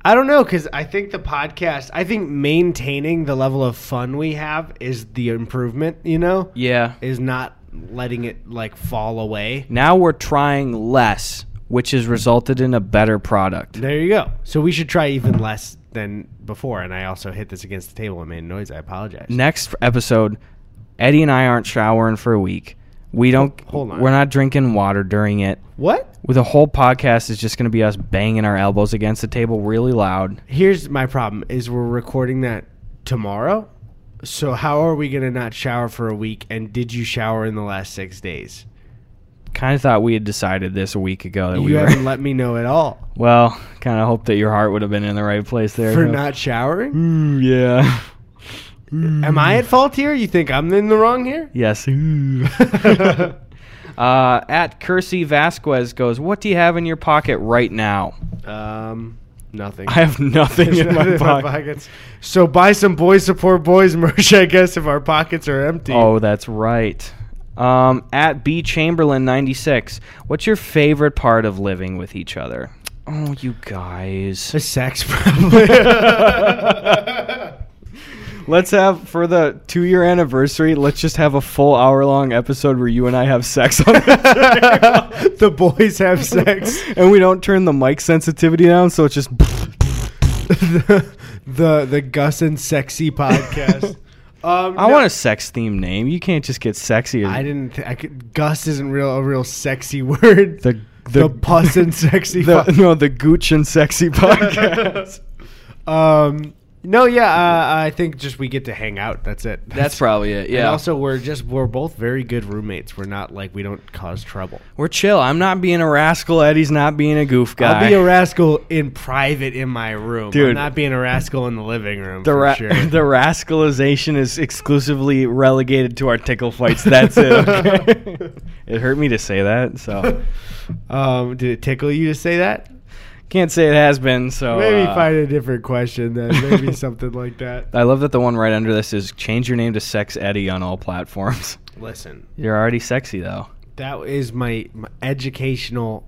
A: I don't know because I think the podcast. I think maintaining the level of fun we have is the improvement. You know,
B: Yeah.
A: is not letting it like fall away.
B: Now we're trying less, which has resulted in a better product.
A: There you go. So we should try even less than before. And I also hit this against the table and made noise. I apologize.
B: Next episode, Eddie and I aren't showering for a week. We don't.
A: Hold on.
B: We're not drinking water during it.
A: What?
B: With the whole podcast is just going to be us banging our elbows against the table really loud.
A: Here's my problem: is we're recording that tomorrow. So how are we gonna not shower for a week? And did you shower in the last six days?
B: Kind of thought we had decided this a week ago that we
A: you
B: were.
A: haven't let me know at all
B: well, kind of hoped that your heart would have been in the right place there.
A: for
B: Huh?
A: not showering.
B: Ooh, yeah. Mm-hmm.
A: Am I at fault here? You think I'm in the wrong here?
B: Yes. Ooh. uh, at Kersey Vasquez goes, What do you have in your pocket right now?
A: Um, nothing.
B: I have nothing in my pocket.
A: pockets. So buy some boys support boys merch, I guess, if our pockets are empty.
B: Oh, that's right. Um, at B Chamberlain ninety six, what's your favorite part of living with each other? Oh, you guys.
A: The sex probably.
B: Let's have for the two year anniversary. Let's just have a full hour long episode where you and I have sex on,
A: the boys have sex.
B: and we don't turn the mic sensitivity down, so it's just.
A: the, the the Gus and Sexy podcast. Um,
B: I
A: no,
B: want a sex theme name. You can't just get sexy. as-
A: I didn't. Th- I could, Gus isn't real a real sexy word.
B: the
A: the, puss and sexy.
B: the-
A: pod-
B: no the Gooch and Sexy podcast.
A: um. No, yeah, uh, I think just we get to hang out. That's it.
B: That's probably it.
A: And also, we're just we're both very good roommates. We're not like we don't cause trouble.
B: we're chill. I'm not being a rascal. Eddie's not being a goof guy.
A: I'll be a rascal in private in my room.
B: Dude.
A: I'm not being a rascal in the living room.
B: The,
A: for
B: ra-
A: sure.
B: the rascalization is exclusively relegated to our tickle fights. That's it. okay? it hurt me to say that, so
A: um, did it tickle you to say that?
B: can't say it has been. So
A: Maybe
B: uh,
A: find a different question then. Maybe something like that.
B: I love that the one right under this is change your name to Sex Eddie on all platforms.
A: Listen,
B: You're already sexy though.
A: that is my, my educational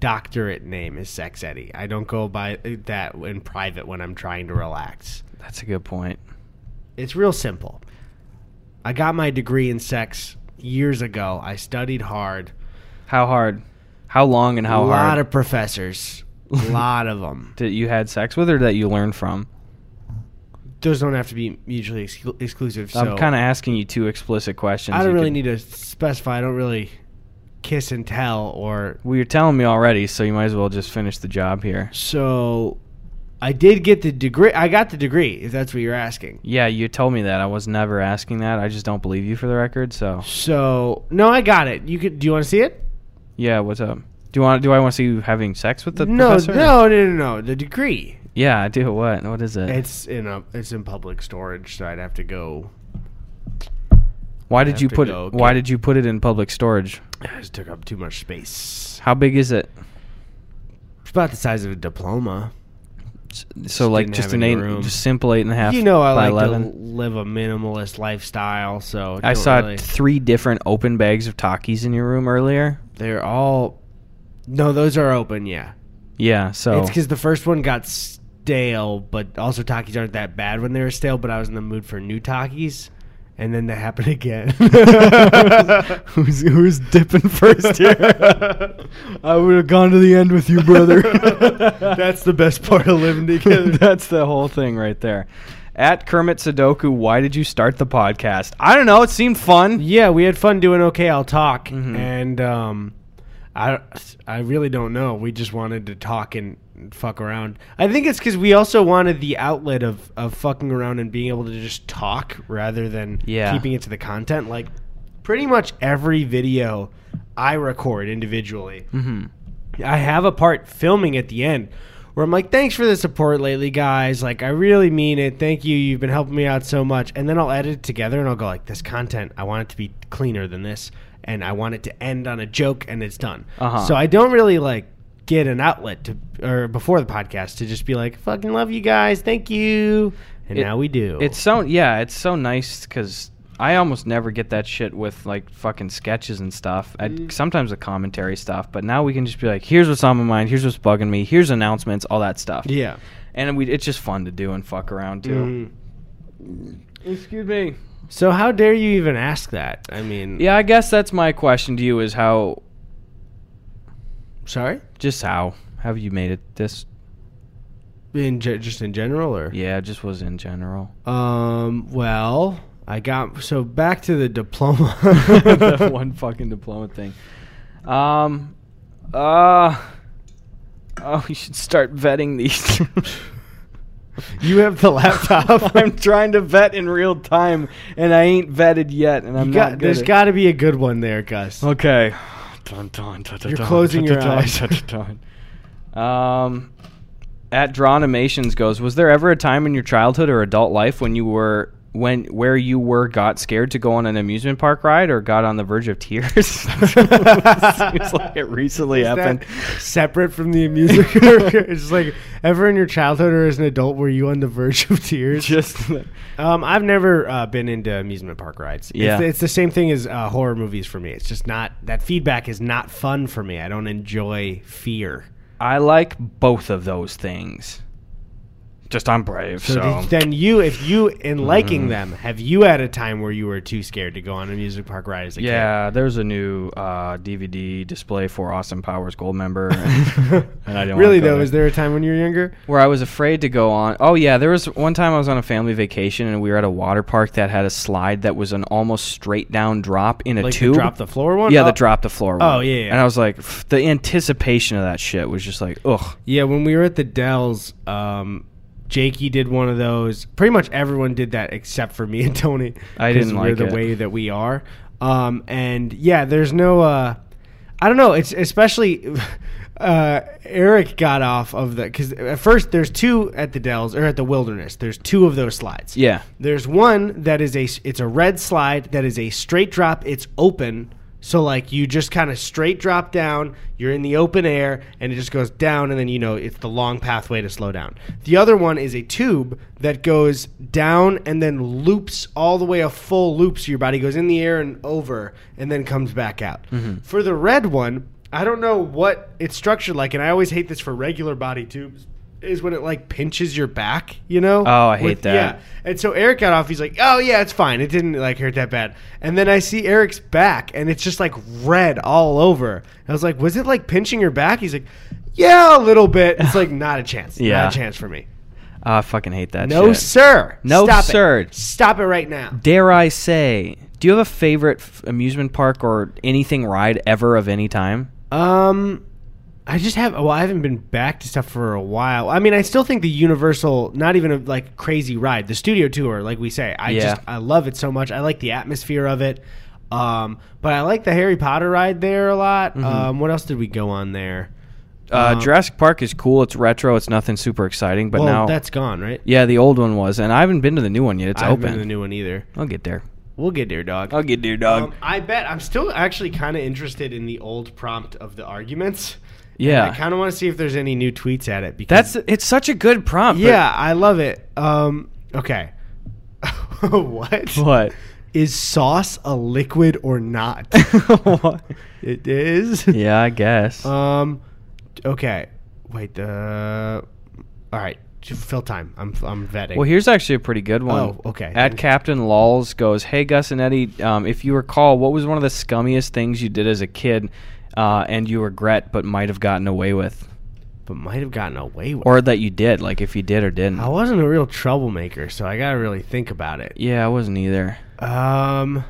A: doctorate name is Sex Eddie. I don't go by that in private when I'm trying to relax.
B: That's a good point.
A: It's real simple. I got my degree in sex years ago. I studied hard.
B: How hard? How long and how
A: a lot
B: hard
A: of professors, a lot of them.
B: that you had sex with or that you learned from?
A: Those don't have to be mutually exclu- exclusive. So
B: I'm kind of asking you two explicit questions.
A: I don't
B: You
A: really
B: could-
A: need to specify. I don't really kiss and tell or
B: Well, you're telling me already, so you might as well just finish the job here.
A: So I did get the degree. I got the degree, if that's what you're asking.
B: Yeah, you told me that. I was never asking that. I just don't believe you for the record. So,
A: So no, I got it. You could. Do you want to see it?
B: yeah, what's up? Do you want? Do I want to see you having sex with the
A: no,
B: professor?
A: no, no, no, no. The degree.
B: Yeah, I do. What? What is it?
A: It's in a. It's in public storage, so I'd have to go.
B: why
A: I
B: did you
A: have to
B: put?
A: go
B: it, why
A: get-
B: did you put it in public storage?
A: It just took up too much space.
B: How big is it?
A: It's about the size of a diploma.
B: S- So like
A: didn't
B: just
A: have
B: an
A: any
B: eight,
A: room.
B: just simple eight and a half.
A: you know, I
B: by
A: like
B: eleven.
A: to live a minimalist lifestyle, so
B: I
A: don't
B: saw
A: really-
B: three different open bags of Takis in your room earlier.
A: they're all. No, those are open. Yeah,
B: Yeah, so Oh.
A: it's because the first one got s- stale, but also Takis aren't that bad when they were stale. But I was in the mood for new Takis, and then that happened again.
B: who's who's dipping first here? I would have gone to the end with you, brother.
A: That's the best part of living together.
B: That's the whole thing right there. At Kermit Sudoku, why did you start the podcast? I don't know. It seemed fun. Mm-hmm.
A: yeah, we had fun doing okay. I'll talk, and um, I I really don't know. We just wanted to talk and fuck around. I think it's because we also wanted the outlet of of fucking around and being able to just talk rather than
B: Yeah.
A: keeping it to the content. Like pretty much every video I record individually.
B: Mm-hmm.
A: I have a part filming at the end where I'm like, thanks for the support lately, guys. Like, I really mean it. Thank you. You've been helping me out so much. And then I'll edit it together and I'll go, like, this content, I want it to be cleaner than this. And I want it to end on a joke and it's done.
B: Uh-huh.
A: So I don't really like get an outlet to, or before the podcast, to just be like, fucking love you guys. Thank you. And
B: It-
A: now we do.
B: It's so yeah, it's so nice because I almost never get that shit with like fucking sketches and stuff. I,
A: Mm.
B: Sometimes the commentary stuff, but now we can just be like, here's what's on my mind, here's what's bugging me, here's announcements, all that stuff.
A: yeah.
B: and we it's just fun to do and fuck around too.
A: Mm.
B: Excuse me.
A: So how dare you even ask that? I mean,
B: Yeah, I guess that's my question to you is how
A: sorry?
B: just how have you made it this?
A: In ge- just in general or?
B: Yeah, just was in general.
A: Um. Well, I got so back to the diploma.
B: that one fucking diploma thing. Um, uh, oh, you should start vetting these.
A: You have the laptop.
B: I'm trying to vet in real time, and I ain't vetted yet, and I'm
A: You
B: not
A: got,
B: good.
A: there's
B: at-
A: got to be a good one there, Gus.
B: okay. Dun, dun, dun, dun,
A: You're
B: dun,
A: closing
B: dun,
A: your
B: dun,
A: eyes.
B: dun, dun. um, at Drawnimations goes. Was there ever a time in your childhood or adult life when you were when where you were got scared to go on an amusement park ride or got on the verge of tears? Seems like it recently
A: Is that
B: happened.
A: separate from the music. it's just like ever in your childhood or as an adult, were you on the verge of tears?
B: Just
A: Um, I've never uh, been into amusement park rides.
B: Yeah.
A: it's, it's the same thing as uh, horror movies for me. It's just not that feedback is not fun for me. I don't enjoy fear.
B: I like both of those things. Just I'm brave,
A: So,
B: so, Mm-hmm.
A: did- then you, if you, in liking them, have you had a time where you were too scared to go on a music park ride as a
B: yeah. There's a new uh, DVD display for Austin Powers Gold Member,
A: kid?
B: and I don't
A: really
B: wanna go
A: though, is there a time when you were younger?
B: where I was afraid to go on. Oh yeah, there was one time I was on a family vacation and we were at a water park that had a slide that was an almost straight down drop in a
A: Like
B: tube.
A: the drop the floor one?
B: yeah,
A: Oh,
B: the drop the floor.
A: Oh,
B: one.
A: yeah, yeah.
B: And I was like, pff, the anticipation of that shit was just like, ugh.
A: Yeah, when we were at the Dells, um, Jakey did one of those. Pretty much everyone did that except for me and Tony.
B: I
A: 'cause
B: didn't
A: we're
B: like
A: the
B: it.
A: way that we are. Um, and yeah, there's no. Uh, I don't know. It's especially. Uh, Eric got off of the because at first there's two at the Dells or at the Wilderness. There's two of those slides.
B: Yeah.
A: There's one that is a it's a red slide that is a straight drop. It's open. So like you just kind of straight drop down, you're in the open air and it just goes down and then you know it's the long pathway to slow down. The other one is a tube that goes down and then loops all the way a full loop so your body goes in the air and over and then comes back out.
B: Mm-hmm.
A: For the red one, I don't know what it's structured like and I always hate this for regular body tubes is when it like pinches your back, you know?
B: Oh, I hate that.
A: Yeah. And so Eric got off. He's like, "Oh yeah, it's fine. It didn't like hurt that bad." And then I see Eric's back, and it's just like red all over. I was like, "Was it like pinching your back?" He's like, "Yeah, a little bit." It's like not a chance.
B: Yeah.
A: Not a chance for me.
B: Ah, I fucking hate that.
A: No,
B: shit.
A: sir.
B: No,
A: Stop it.
B: sir.
A: Stop it right now.
B: Dare I say? Do you have a favorite f- amusement park or anything ride ever of any time?
A: Um, I just have. Well, I haven't been back to stuff for a while. I mean, I still think the Universal, not even a like crazy ride, the studio tour, like we say. I
B: Yeah.
A: just I love it so much. I like the atmosphere of it. Um, but I like the Harry Potter ride there a lot.
B: Mm-hmm.
A: Um, what else did we go on there?
B: Uh, Jurassic Park is cool. It's retro. It's nothing super exciting, but
A: Well,
B: now
A: that's gone, right?
B: yeah, the old one was, and I haven't been to the new one yet. It's
A: I haven't been to
B: open.
A: the new one either.
B: I'll get there.
A: We'll get there, dog.
B: I'll get there, dog.
A: Um, I bet I'm still actually kind of interested in the old prompt of the arguments. I
B: yeah,
A: kind of want to see if there's any new tweets at it because
B: That's it's such a good prompt. but-
A: Yeah, I love it. Um, okay. what?
B: What?
A: Is sauce a liquid or not? it is. Oh.
B: yeah, I guess.
A: Um, okay. Wait, uh, All right, j- fill time. I'm I'm vetting.
B: Well, here's actually a pretty good one.
A: Oh, okay.
B: At Captain Lols goes, Hey, Gus and Eddie, um, if you recall, what was one of the scummiest things you did as a kid uh, and you regret but might have gotten away with?
A: but might have gotten away with.
B: Or that you did, like if you did or didn't.
A: I wasn't a real troublemaker, so I gotta really think about it.
B: yeah, I wasn't either.
A: Um,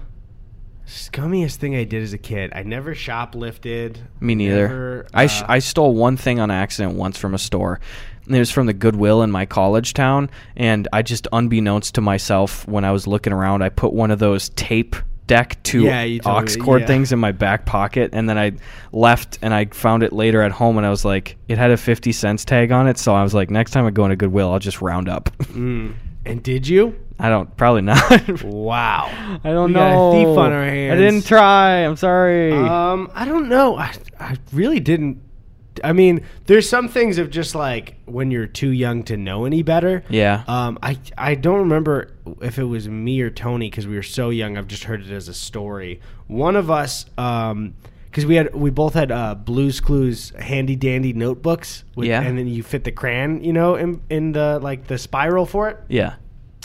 A: scummiest thing I did as a kid. I never shoplifted.
B: Me neither.
A: Never,
B: I, sh-
A: uh,
B: I stole one thing on accident once from a store. And It was from the Goodwill in my college town, and I just, unbeknownst to myself, when I was looking around, I put one of those tape deck to
A: Yeah, you told
B: aux
A: me,
B: cord
A: yeah.
B: things in my back pocket, and then I left, and I found it later at home, and I was like, it had a fifty cents tag on it, so I was like, next time I go into Goodwill, I'll just round up.
A: mm. And did you?
B: I don't, probably not.
A: Wow.
B: I don't
A: We got a
B: know.
A: thief on our hands.
B: I didn't try. I'm sorry.
A: Um, I don't know. I, I really didn't. I mean, there's some things of just like when you're too young to know any better.
B: yeah.
A: Um, I I don't remember if it was me or Tony because we were so young. I've just heard it as a story. One of us, um, because we had we both had uh, Blue's Clues handy dandy notebooks. With,
B: Yeah.
A: and then you fit the crayon, you know, in in the like the spiral for it.
B: yeah.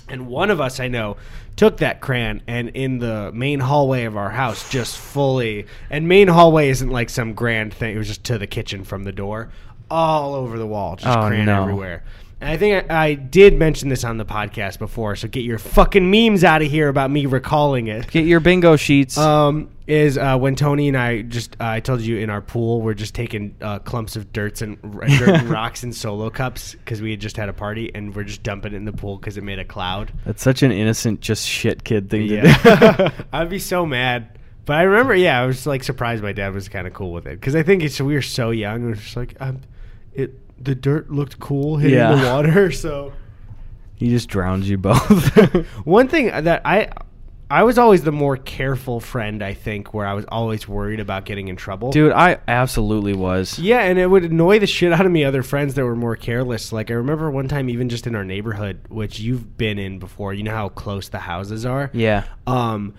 A: And one of us I know took that crayon and in the main hallway of our house just fully and main hallway isn't like some grand thing, it was just to the kitchen from the door. All over the wall, just
B: Oh,
A: crayon
B: no.
A: everywhere. And I think I, I did mention this on the podcast before, so get your fucking memes out of here about me recalling it
B: Get your bingo sheets.
A: um, is uh, when Tony and I just uh, I told you in our pool we're just taking uh, clumps of dirts and r- dirt and rocks in solo cups because we had just had a party and we're just dumping it in the pool because it made a cloud.
B: That's such an innocent, just shit kid thing to
A: Yeah,
B: do.
A: I'd be so mad. But I remember, yeah, I was like surprised my dad was kind of cool with it because I think it's we were so young. It was just like um, it the dirt looked cool hitting the
B: Yeah.
A: water, so.
B: he just drowns you both.
A: One thing that I I was always the more careful friend, I think, where I was always worried about getting in trouble.
B: Dude, I absolutely was.
A: Yeah, and it would annoy the shit out of me other friends that were more careless. Like I remember one time even just in our neighborhood, which you've been in before, you know how close the houses are.
B: Yeah.
A: Um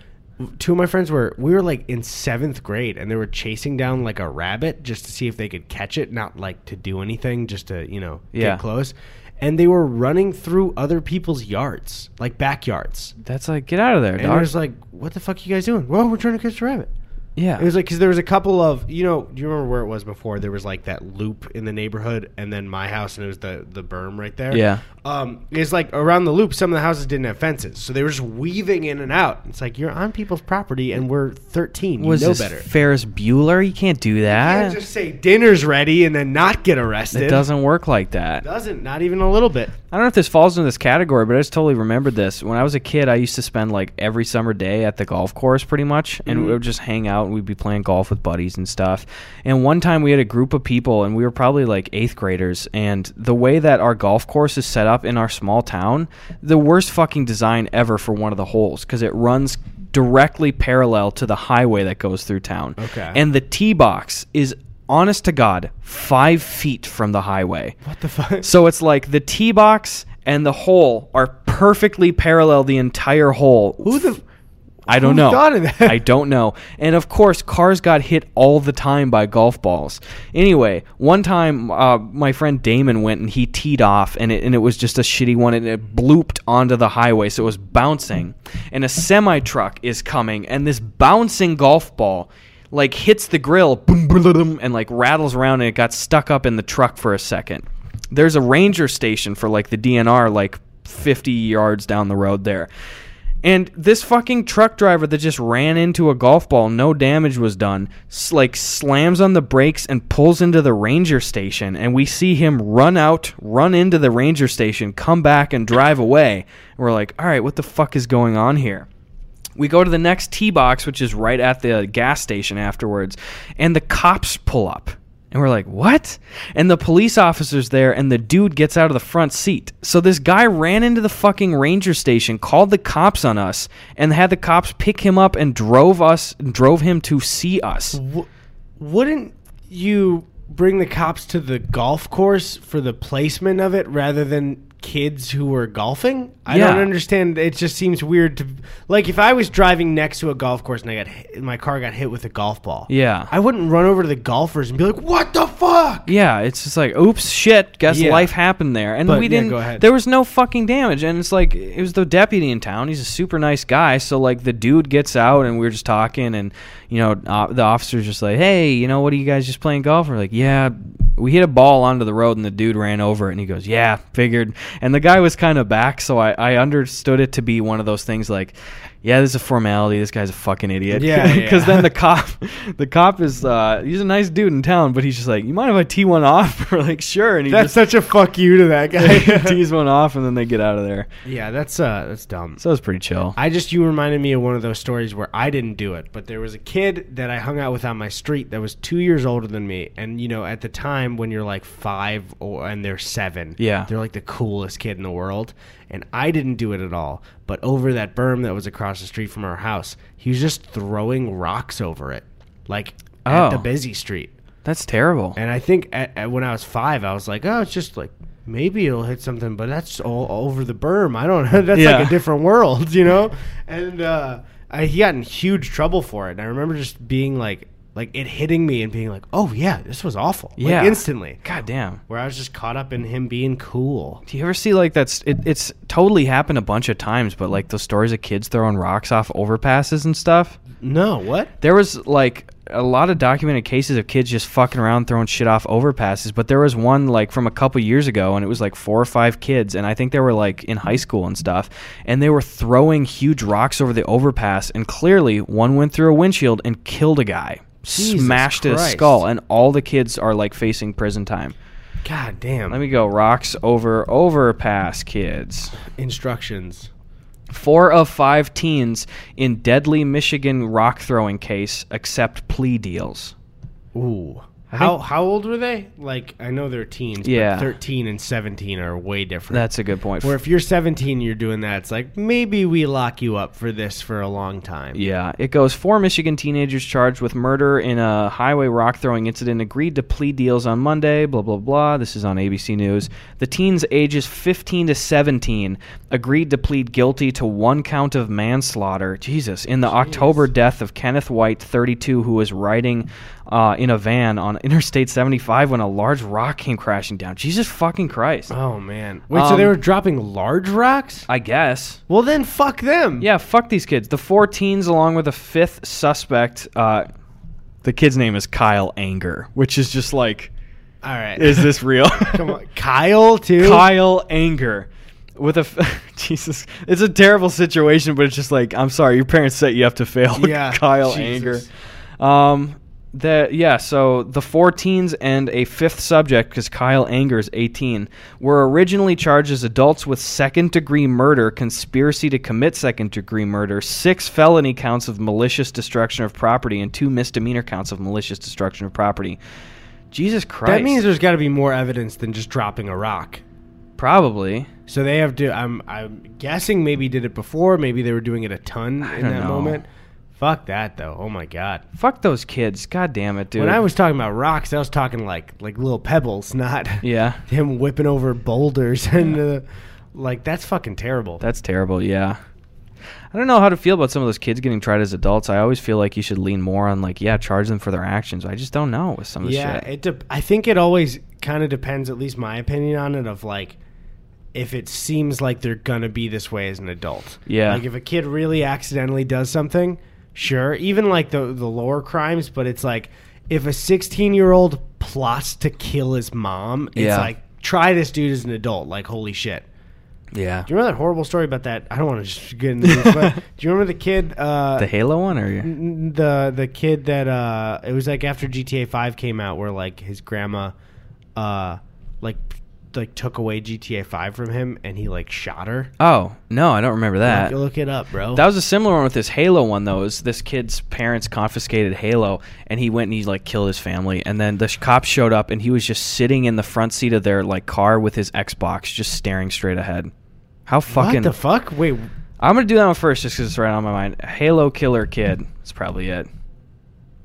A: two of my friends were we were like in 7th grade and they were chasing down like a rabbit just to see if they could catch it, not like to do anything, just to, you know,
B: Yeah.
A: get close. And they were running through other people's yards, like backyards.
B: That's like, get out of there,
A: And I
B: dog.
A: was like, "What the fuck you guys doing?" Well, we're trying to catch the rabbit.
B: yeah.
A: It was like because there was a couple of you know. Do you remember where it was before? There was like that loop in the neighborhood, and then my house, and it was the the berm right there.
B: Yeah.
A: Um, it's like around the loop. Some of the houses didn't have fences, so they were just weaving in and out. It's like you're on people's property, and we're 13.
B: was
A: you know
B: this
A: better.
B: Ferris Bueller? You can't do
A: You
B: that.
A: can't just say dinner's ready and then not get arrested.
B: it doesn't work like that.
A: Doesn't. Not even a little bit.
B: I don't know if this falls into this category, but I just totally remembered this. When I was a kid, I used to spend like every summer day at the golf course pretty much, and
A: Mm-hmm.
B: we would just hang out and we'd be playing golf with buddies and stuff. And one time we had a group of people, and we were probably like eighth graders. And the way that our golf course is set up in our small town, the worst fucking design ever for one of the holes because it runs directly parallel to the highway that goes through town.
A: Okay.
B: And the tee box is, honest to God, five feet from the highway.
A: What the fuck?
B: So it's like the tee box and the hole are perfectly parallel the entire hole.
A: Who the?
B: I don't
A: who
B: know.
A: thought of that?
B: I don't know. And of course, cars got hit all the time by golf balls. Anyway, one time uh, my friend Damon went and he teed off, and it, and it was just a shitty one, and it blooped onto the highway, so it was bouncing. And a semi truck is coming, and this bouncing golf ball like hits the grill, boom, boom, boom, and like rattles around, and it got stuck up in the truck for a second. There's a ranger station for like the DNR, like 50 yards down the road there. And this fucking truck driver that just ran into a golf ball, no damage was done, s- like slams on the brakes and pulls into the ranger station. And we see him run out, run into the ranger station, come back and drive away. And we're like, all right, what the fuck is going on here? We go to the next tee box, which is right at the gas station afterwards, and the cops pull up. And we're like, what? And the police officer's there, and the dude gets out of the front seat. So this guy ran into the fucking ranger station, called the cops on us, and had the cops pick him up and drove us, drove him to see us.
A: W- wouldn't you bring the cops to the golf course for the placement of it rather than kids who were golfing. I
B: Yeah.
A: don't understand. It just seems weird to like if I was driving next to a golf course and I got hit, my car got hit with a golf ball.
B: Yeah.
A: I wouldn't run over to the golfers and be like, "What the fuck?"
B: Yeah, it's just like, oops, shit. Guess
A: Yeah.
B: life happened there, and
A: But,
B: we
A: yeah,
B: didn't.
A: go ahead.
B: There was no fucking damage, and it's like it was the deputy in town. He's a super nice guy, so like the dude gets out, and we are just talking, and you know uh, the officer's just like, hey, you know what are you guys just playing golf? We're like, yeah, we hit a ball onto the road, and the dude ran over it, and he goes, yeah, figured. And the guy was kind of back, so I, I understood it to be one of those things like, yeah, this is a formality. This guy's a fucking idiot.
A: Yeah, yeah.
B: because then the cop the cop is uh he's a nice dude in town but he's just like you mind if i tee one off we're like sure and he
A: That's
B: just
A: such a fuck you to that guy.
B: tees one off and then they get out of there
A: yeah, that's uh that's dumb.
B: so it's pretty chill
A: I just you reminded me of one of those stories where I didn't do it, but there was a kid that I hung out with on my street that was two years older than me, and you know at the time when you're like five or and they're seven,
B: Yeah.
A: they're like the coolest kid in the world, and I didn't do it at all. But over that berm that was across the street from our house, he was just throwing rocks over it, like
B: Oh.
A: at the busy street.
B: that's terrible
A: And I think at, at, when I was five, I was like, oh, it's just like maybe it'll hit something, but that's all over the berm. I don't know. That's
B: Yeah.
A: like a different world, you know. And uh, I, he got in huge trouble for it. And I remember just being like, like it hitting me and being like, oh yeah, this was awful.
B: Yeah.
A: like, instantly.
B: god damn
A: Where I was just caught up in him being cool.
B: do you ever see like that's it, it's totally happened a bunch of times but like those stories of kids throwing rocks off overpasses and stuff
A: No, what?
B: there was like a lot of documented cases of kids just fucking around throwing shit off overpasses but there was one like from a couple years ago and it was like four or five kids and i think they were like in high school and stuff and they were throwing huge rocks over the overpass and clearly one went through a windshield and killed a guy
A: Jesus
B: smashed his
A: Christ.
B: skull and all the kids are like facing prison time
A: God damn.
B: let me go rocks over overpass kids
A: Instructions.
B: Four of five teens in deadly Michigan rock throwing case accept plea deals.
A: Ooh. How how old were they? Like I know they're teens.
B: Yeah.
A: But Thirteen and seventeen are way different.
B: That's a good point.
A: Where if you're 17 and you're doing that, it's like maybe we lock you up for this for a long time.
B: yeah, it goes. Four Michigan teenagers charged with murder in a highway rock throwing incident agreed to plea deals on Monday. Blah blah blah. This is on ABC News. The teens, ages 15 to 17, agreed to plead guilty to one count of manslaughter. Jesus! In the October death of Kenneth White, 32, who was riding uh, in a van on Interstate 75 when a large rock came crashing down. Jesus fucking Christ!
A: Oh man. Wait, so they
B: Um,
A: were dropping large rocks?
B: I guess.
A: Well, then fuck them.
B: Yeah, fuck these kids. The four teens, along with a fifth suspect, uh, the kid's name is Kyle Anger, which is just like,
A: All right.
B: is this real?
A: Come on. Kyle too.
B: Kyle Anger. With a f- Jesus, it's a terrible situation, but it's just like I'm sorry, your parents set you up to fail.
A: Yeah,
B: Kyle
A: Jesus.
B: Anger. Um, the yeah, so the four teens and a fifth subject, because Kyle Anger is 18, were originally charged as adults with second degree murder, conspiracy to commit second degree murder, six felony counts of malicious destruction of property, and two misdemeanor counts of malicious destruction of property. Jesus Christ!
A: That means there's got to be more evidence than just dropping a rock.
B: probably.
A: So they have to. I'm I'm guessing maybe did it before. Maybe they were doing it a ton in
B: don't
A: that
B: know.
A: moment. Fuck that though. Oh my god.
B: Fuck those kids. God damn it, dude.
A: When I was talking about rocks, I was talking like like little pebbles, not
B: yeah,
A: him whipping over boulders and uh, like that's fucking terrible.
B: that's terrible. Yeah. I don't know how to feel about some of those kids getting tried as adults. I always feel like you should lean more on like, yeah, charge them for their actions. I just don't know with some of this
A: yeah,
B: shit.
A: it. De- I think it always kind of depends, at least my opinion on it, of like if it seems like they're gonna be this way as an adult.
B: Yeah.
A: like if a kid really accidentally does something, sure, even like the the lower crimes, but it's like if a 16 year old plots to kill his mom, it's
B: Yeah.
A: like try this dude as an adult. Like holy shit.
B: yeah.
A: Do you remember that horrible story about that? I don't want to just get into this, but do you remember the kid? Uh,
B: The Halo one or you?
A: N- the the kid that uh it was like after GTA 5 came out where like his grandma uh like like took away GTA 5 from him and he like shot her.
B: Oh, no, I don't remember that.
A: You look it up, bro.
B: That was a similar one with this Halo one though. Is this kid's parents confiscated Halo, and he went and he like killed his family, and then the sh- cops showed up, and he was just sitting in the front seat of their like car with his Xbox, just staring straight ahead. How fucking
A: what the fuck? Wait,
B: I'm gonna do that one first, just 'cause it's right on my mind. Halo Killer Kid. That's probably it.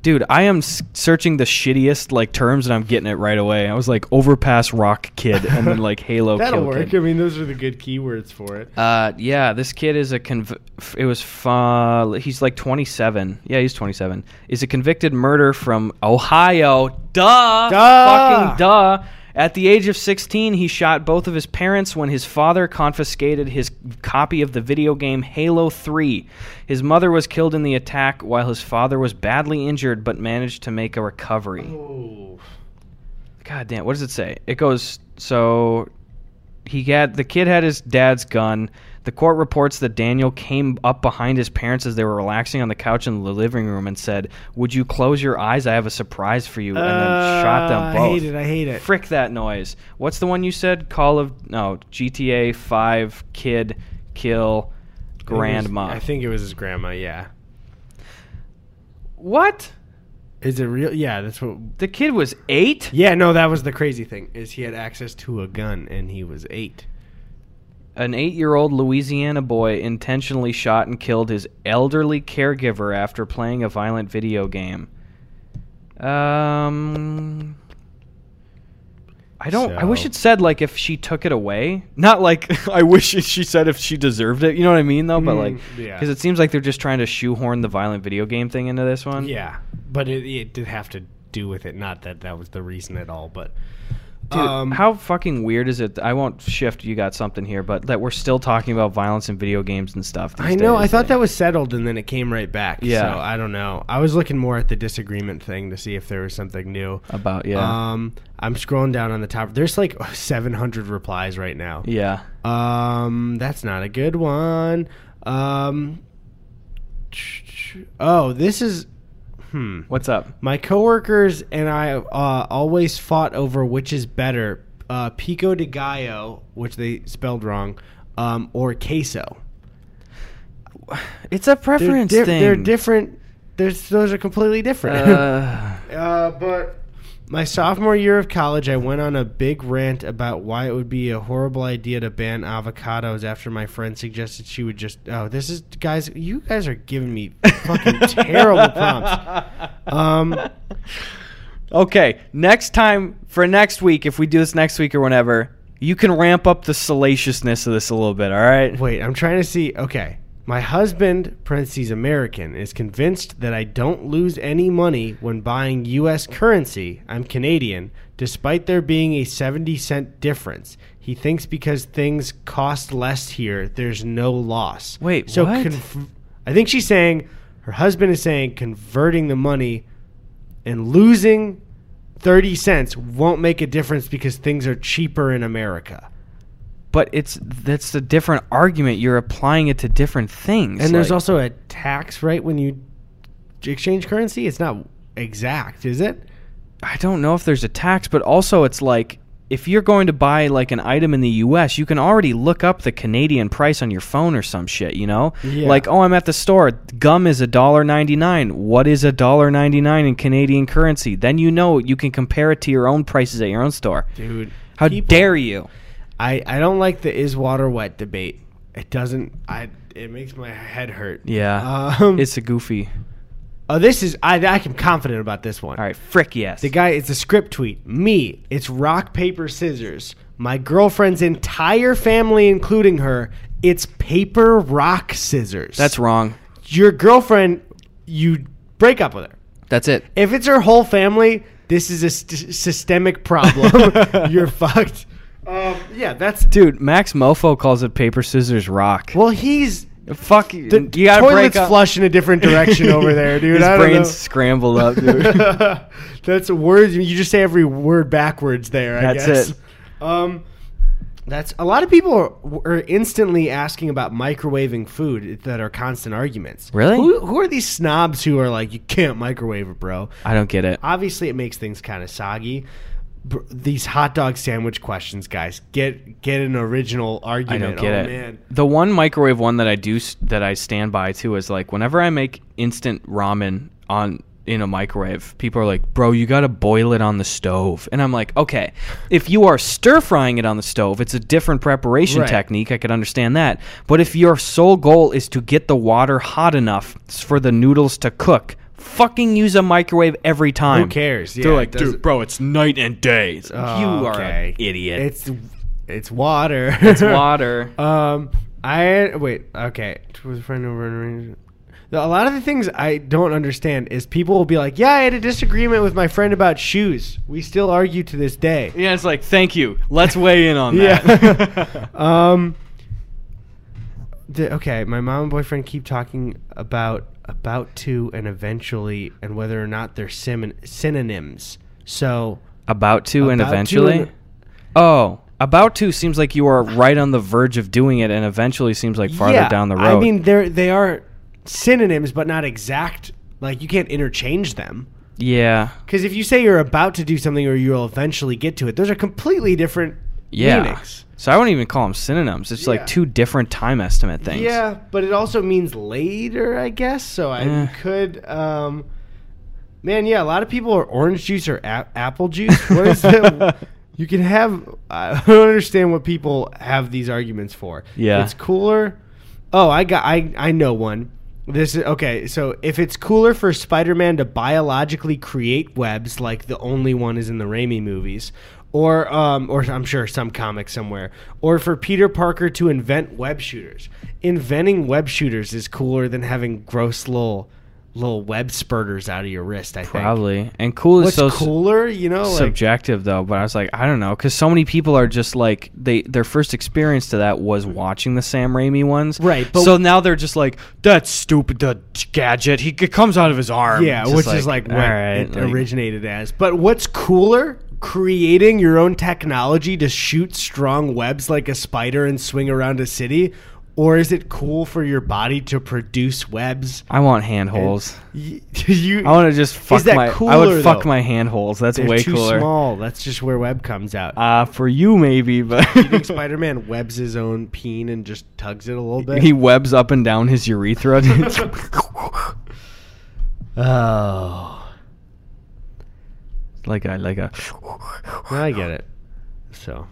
B: Dude, I am s- searching the shittiest like terms and I'm getting it right away. I was like overpass rock kid and then like Halo
A: That'll
B: kill
A: work.
B: kid.
A: I mean, those are the good keywords for it.
B: Uh, yeah, this kid is a conv- f- it was fa- he's like 27. Yeah, he's 27. Is a convicted murder from Ohio. Duh.
A: Duh.
B: Fucking duh. At the age of 16, he shot both of his parents when his father confiscated his copy of the video game Halo 3. His mother was killed in the attack while his father was badly injured but managed to make a recovery.
A: Oh.
B: God damn, what does it say? It goes so he had the kid had his dad's gun. The court reports that Daniel came up behind his parents as they were relaxing on the couch in the living room and said, "Would you close your eyes? I have a surprise for you." And then shot them both.
A: Uh, I hate it. I hate it.
B: Frick that noise. What's the one you said? Call of no, GTA 5 kid kill grandma.
A: I think it was his grandma. Yeah.
B: What?
A: Is it real? Yeah, that's what.
B: The kid was 8?
A: Yeah, no, that was the crazy thing is he had access to a gun and he was eight.
B: An eight year old Louisiana boy intentionally shot and killed his elderly caregiver after playing a violent video game. Um. I don't. I wish
A: So-
B: it said like if she took it away, not like I wish it, she said if she deserved it. You know what I mean, though. But
A: Mm,
B: like,
A: yeah.
B: because it seems like they're just trying to shoehorn the violent video game thing into this one.
A: Yeah, but it, it did have to do with it. Not that that was the reason at all, but um,
B: Dude, how fucking weird is it? I won't shift. You got something here, but that we're still talking about violence in video games and stuff.
A: I know. I thought that was settled, and then it came right back.
B: Yeah.
A: So I don't know. I was looking more at the disagreement thing to see if there was something new.
B: about yeah,
A: Um, I'm scrolling down on the top. There's like 700 replies right now.
B: yeah.
A: Um, that's not a good one. Um, oh, this is. Hmm.
B: What's up?
A: My coworkers and I uh, always fought over which is better, uh, pico de gallo, which they spelled wrong, um, or queso.
B: It's
A: They're
B: a preference
A: di-
B: thing.
A: They're different. There's, those are completely different.
B: Uh,
A: Uh, but my sophomore year of college, I went on a big rant about why it would be a horrible idea to ban avocados after my friend suggested she would just. Oh, this is guys. You guys are giving me fucking terrible prompts. Um,
B: okay, next time for next week, if we do this next week or whenever, you can ramp up the salaciousness of this a little bit. All right.
A: wait, I'm trying to see. Okay. My husband, parentheses American, is convinced that I don't lose any money when buying U.S. currency. I'm Canadian, despite there being a 70 cent difference. He thinks because things cost less here, there's no loss.
B: Wait,
A: so
B: what?
A: conf- I think she's saying her husband is saying converting the money and losing 30 cents won't make a difference because things are cheaper in America.
B: But it's that's a different argument. You're applying it to different things.
A: And there's
B: like-
A: also a tax right when you exchange currency. It's not exact, is it?
B: I don't know if there's a tax, but also it's like if you're going to buy like an item in the US, you can already look up the Canadian price on your phone or some shit, you know?
A: Yeah.
B: Like, oh I'm at the store, gum is a dollar ninety nine. What is a dollar ninety nine in Canadian currency? Then you know you can compare it to your own prices at your own store.
A: Dude,
B: How
A: people-
B: dare you?
A: I I don't like the is water wet debate. It doesn't. I it makes my head hurt.
B: Yeah.
A: Um,
B: it's a goofy.
A: oh, this is I I am confident about this one.
B: All right, frick yes.
A: The guy, it's a script tweet. Me, it's rock paper scissors. My girlfriend's entire family, including her, it's paper rock scissors.
B: that's wrong.
A: your girlfriend. You break up with her.
B: That's it.
A: If it's her whole family, this is a st- systemic problem. You're fucked. Um, yeah, that's
B: Dude, Max Mofo calls it paper scissors rock.
A: well. He's
B: Fuck you.
A: the
B: you gotta break
A: toilet's
B: up.
A: flush in a different direction over there, dude.
B: His
A: I don't
B: brain's
A: know.
B: scrambled up, dude.
A: that's words. You just say every word backwards there. I
B: That's
A: guess.
B: it.
A: Um, that's a lot of people are, are instantly asking about microwaving food that are constant arguments.
B: Really?
A: Who, who are these snobs who are like, you can't microwave it, bro?
B: I don't get it.
A: obviously it makes things kind of soggy. Br- These hot dog sandwich questions, guys, get get an original
B: I
A: argument.
B: don't get
A: oh
B: it.
A: man,
B: The one microwave one that I do s- that I stand by too is like whenever I make instant ramen on in a microwave, people are like, "Bro, you got to boil it on the stove." And I'm like, "Okay, if you are stir frying it on the stove, it's a different preparation
A: Right.
B: technique. I could understand that. But if your sole goal is to get the water hot enough s- for the noodles to cook, fucking use a microwave every time.
A: Who cares? Yeah,
B: They're
A: it
B: like,
A: doesn't-
B: dude, bro, it's night and day. It's like, you
A: Oh,
B: are
A: okay.
B: an idiot.
A: It's it's water.
B: It's water.
A: Um, I wait. Okay, was a friend over and a lot of the things I don't understand is people will be like, "Yeah, I had a disagreement with my friend about shoes. We still argue to this day."
B: yeah, it's like, thank you. Let's weigh in on
A: Yeah.
B: that.
A: Um. The, okay, my mom and boyfriend keep talking about about to and eventually and whether or not they're sim- synonyms. So
B: about to and
A: About to
B: eventually.
A: and-
B: oh, about to seems like you are right on the verge of doing it, and eventually seems like farther
A: yeah,
B: down the road.
A: I mean, they're they are synonyms, but not exact. Like you can't interchange them.
B: yeah,
A: Because if you say you're about to do something or you'll eventually get to it, those are completely different
B: yeah.
A: meanings.
B: So I wouldn't even call them synonyms. It's
A: Yeah.
B: like two different time estimate things.
A: Yeah, but it also means later, I guess. So I
B: Eh.
A: could. Um, man, yeah, a lot of people are orange juice or a- apple juice. What is the. You can have. I don't understand what people have these arguments for.
B: Yeah.
A: It's cooler. Oh, I got. I, I know one. This is okay. So if it's cooler for Spider-Man to biologically create webs, like the only one is in the Raimi movies, or um, or I'm sure some comic somewhere, or for Peter Parker to invent web shooters. Inventing web shooters is cooler than having gross little little web spurters out of your wrist. I think.
B: Probably. And cool
A: What's
B: is so s-
A: cooler? You know, like
B: subjective though, but I was like, I don't know, because so many people are just like they their first experience to that was watching the Sam Raimi ones,
A: Right, but-
B: so now they're just like that stupid uh, gadget. He it comes out of his arm,
A: yeah,
B: Just
A: which is like what
B: all right,
A: it
B: like,
A: originated as. But what's cooler? Creating your own technology to shoot strong webs like a spider and swing around a city, or is it cool for your body to produce webs?
B: I want handholes.
A: Y- You,
B: I want to just fuck
A: that
B: my. I
A: cooler,
B: would fuck
A: though?
B: my handholes. That's
A: they're
B: way
A: too
B: cooler.
A: small. That's just where web comes out.
B: Uh, for you maybe, but
A: I think Spider-Man webs his own peen and just tugs it a little bit.
B: he webs up and down his urethra.
A: oh,
B: like a like a.
A: now I get it. So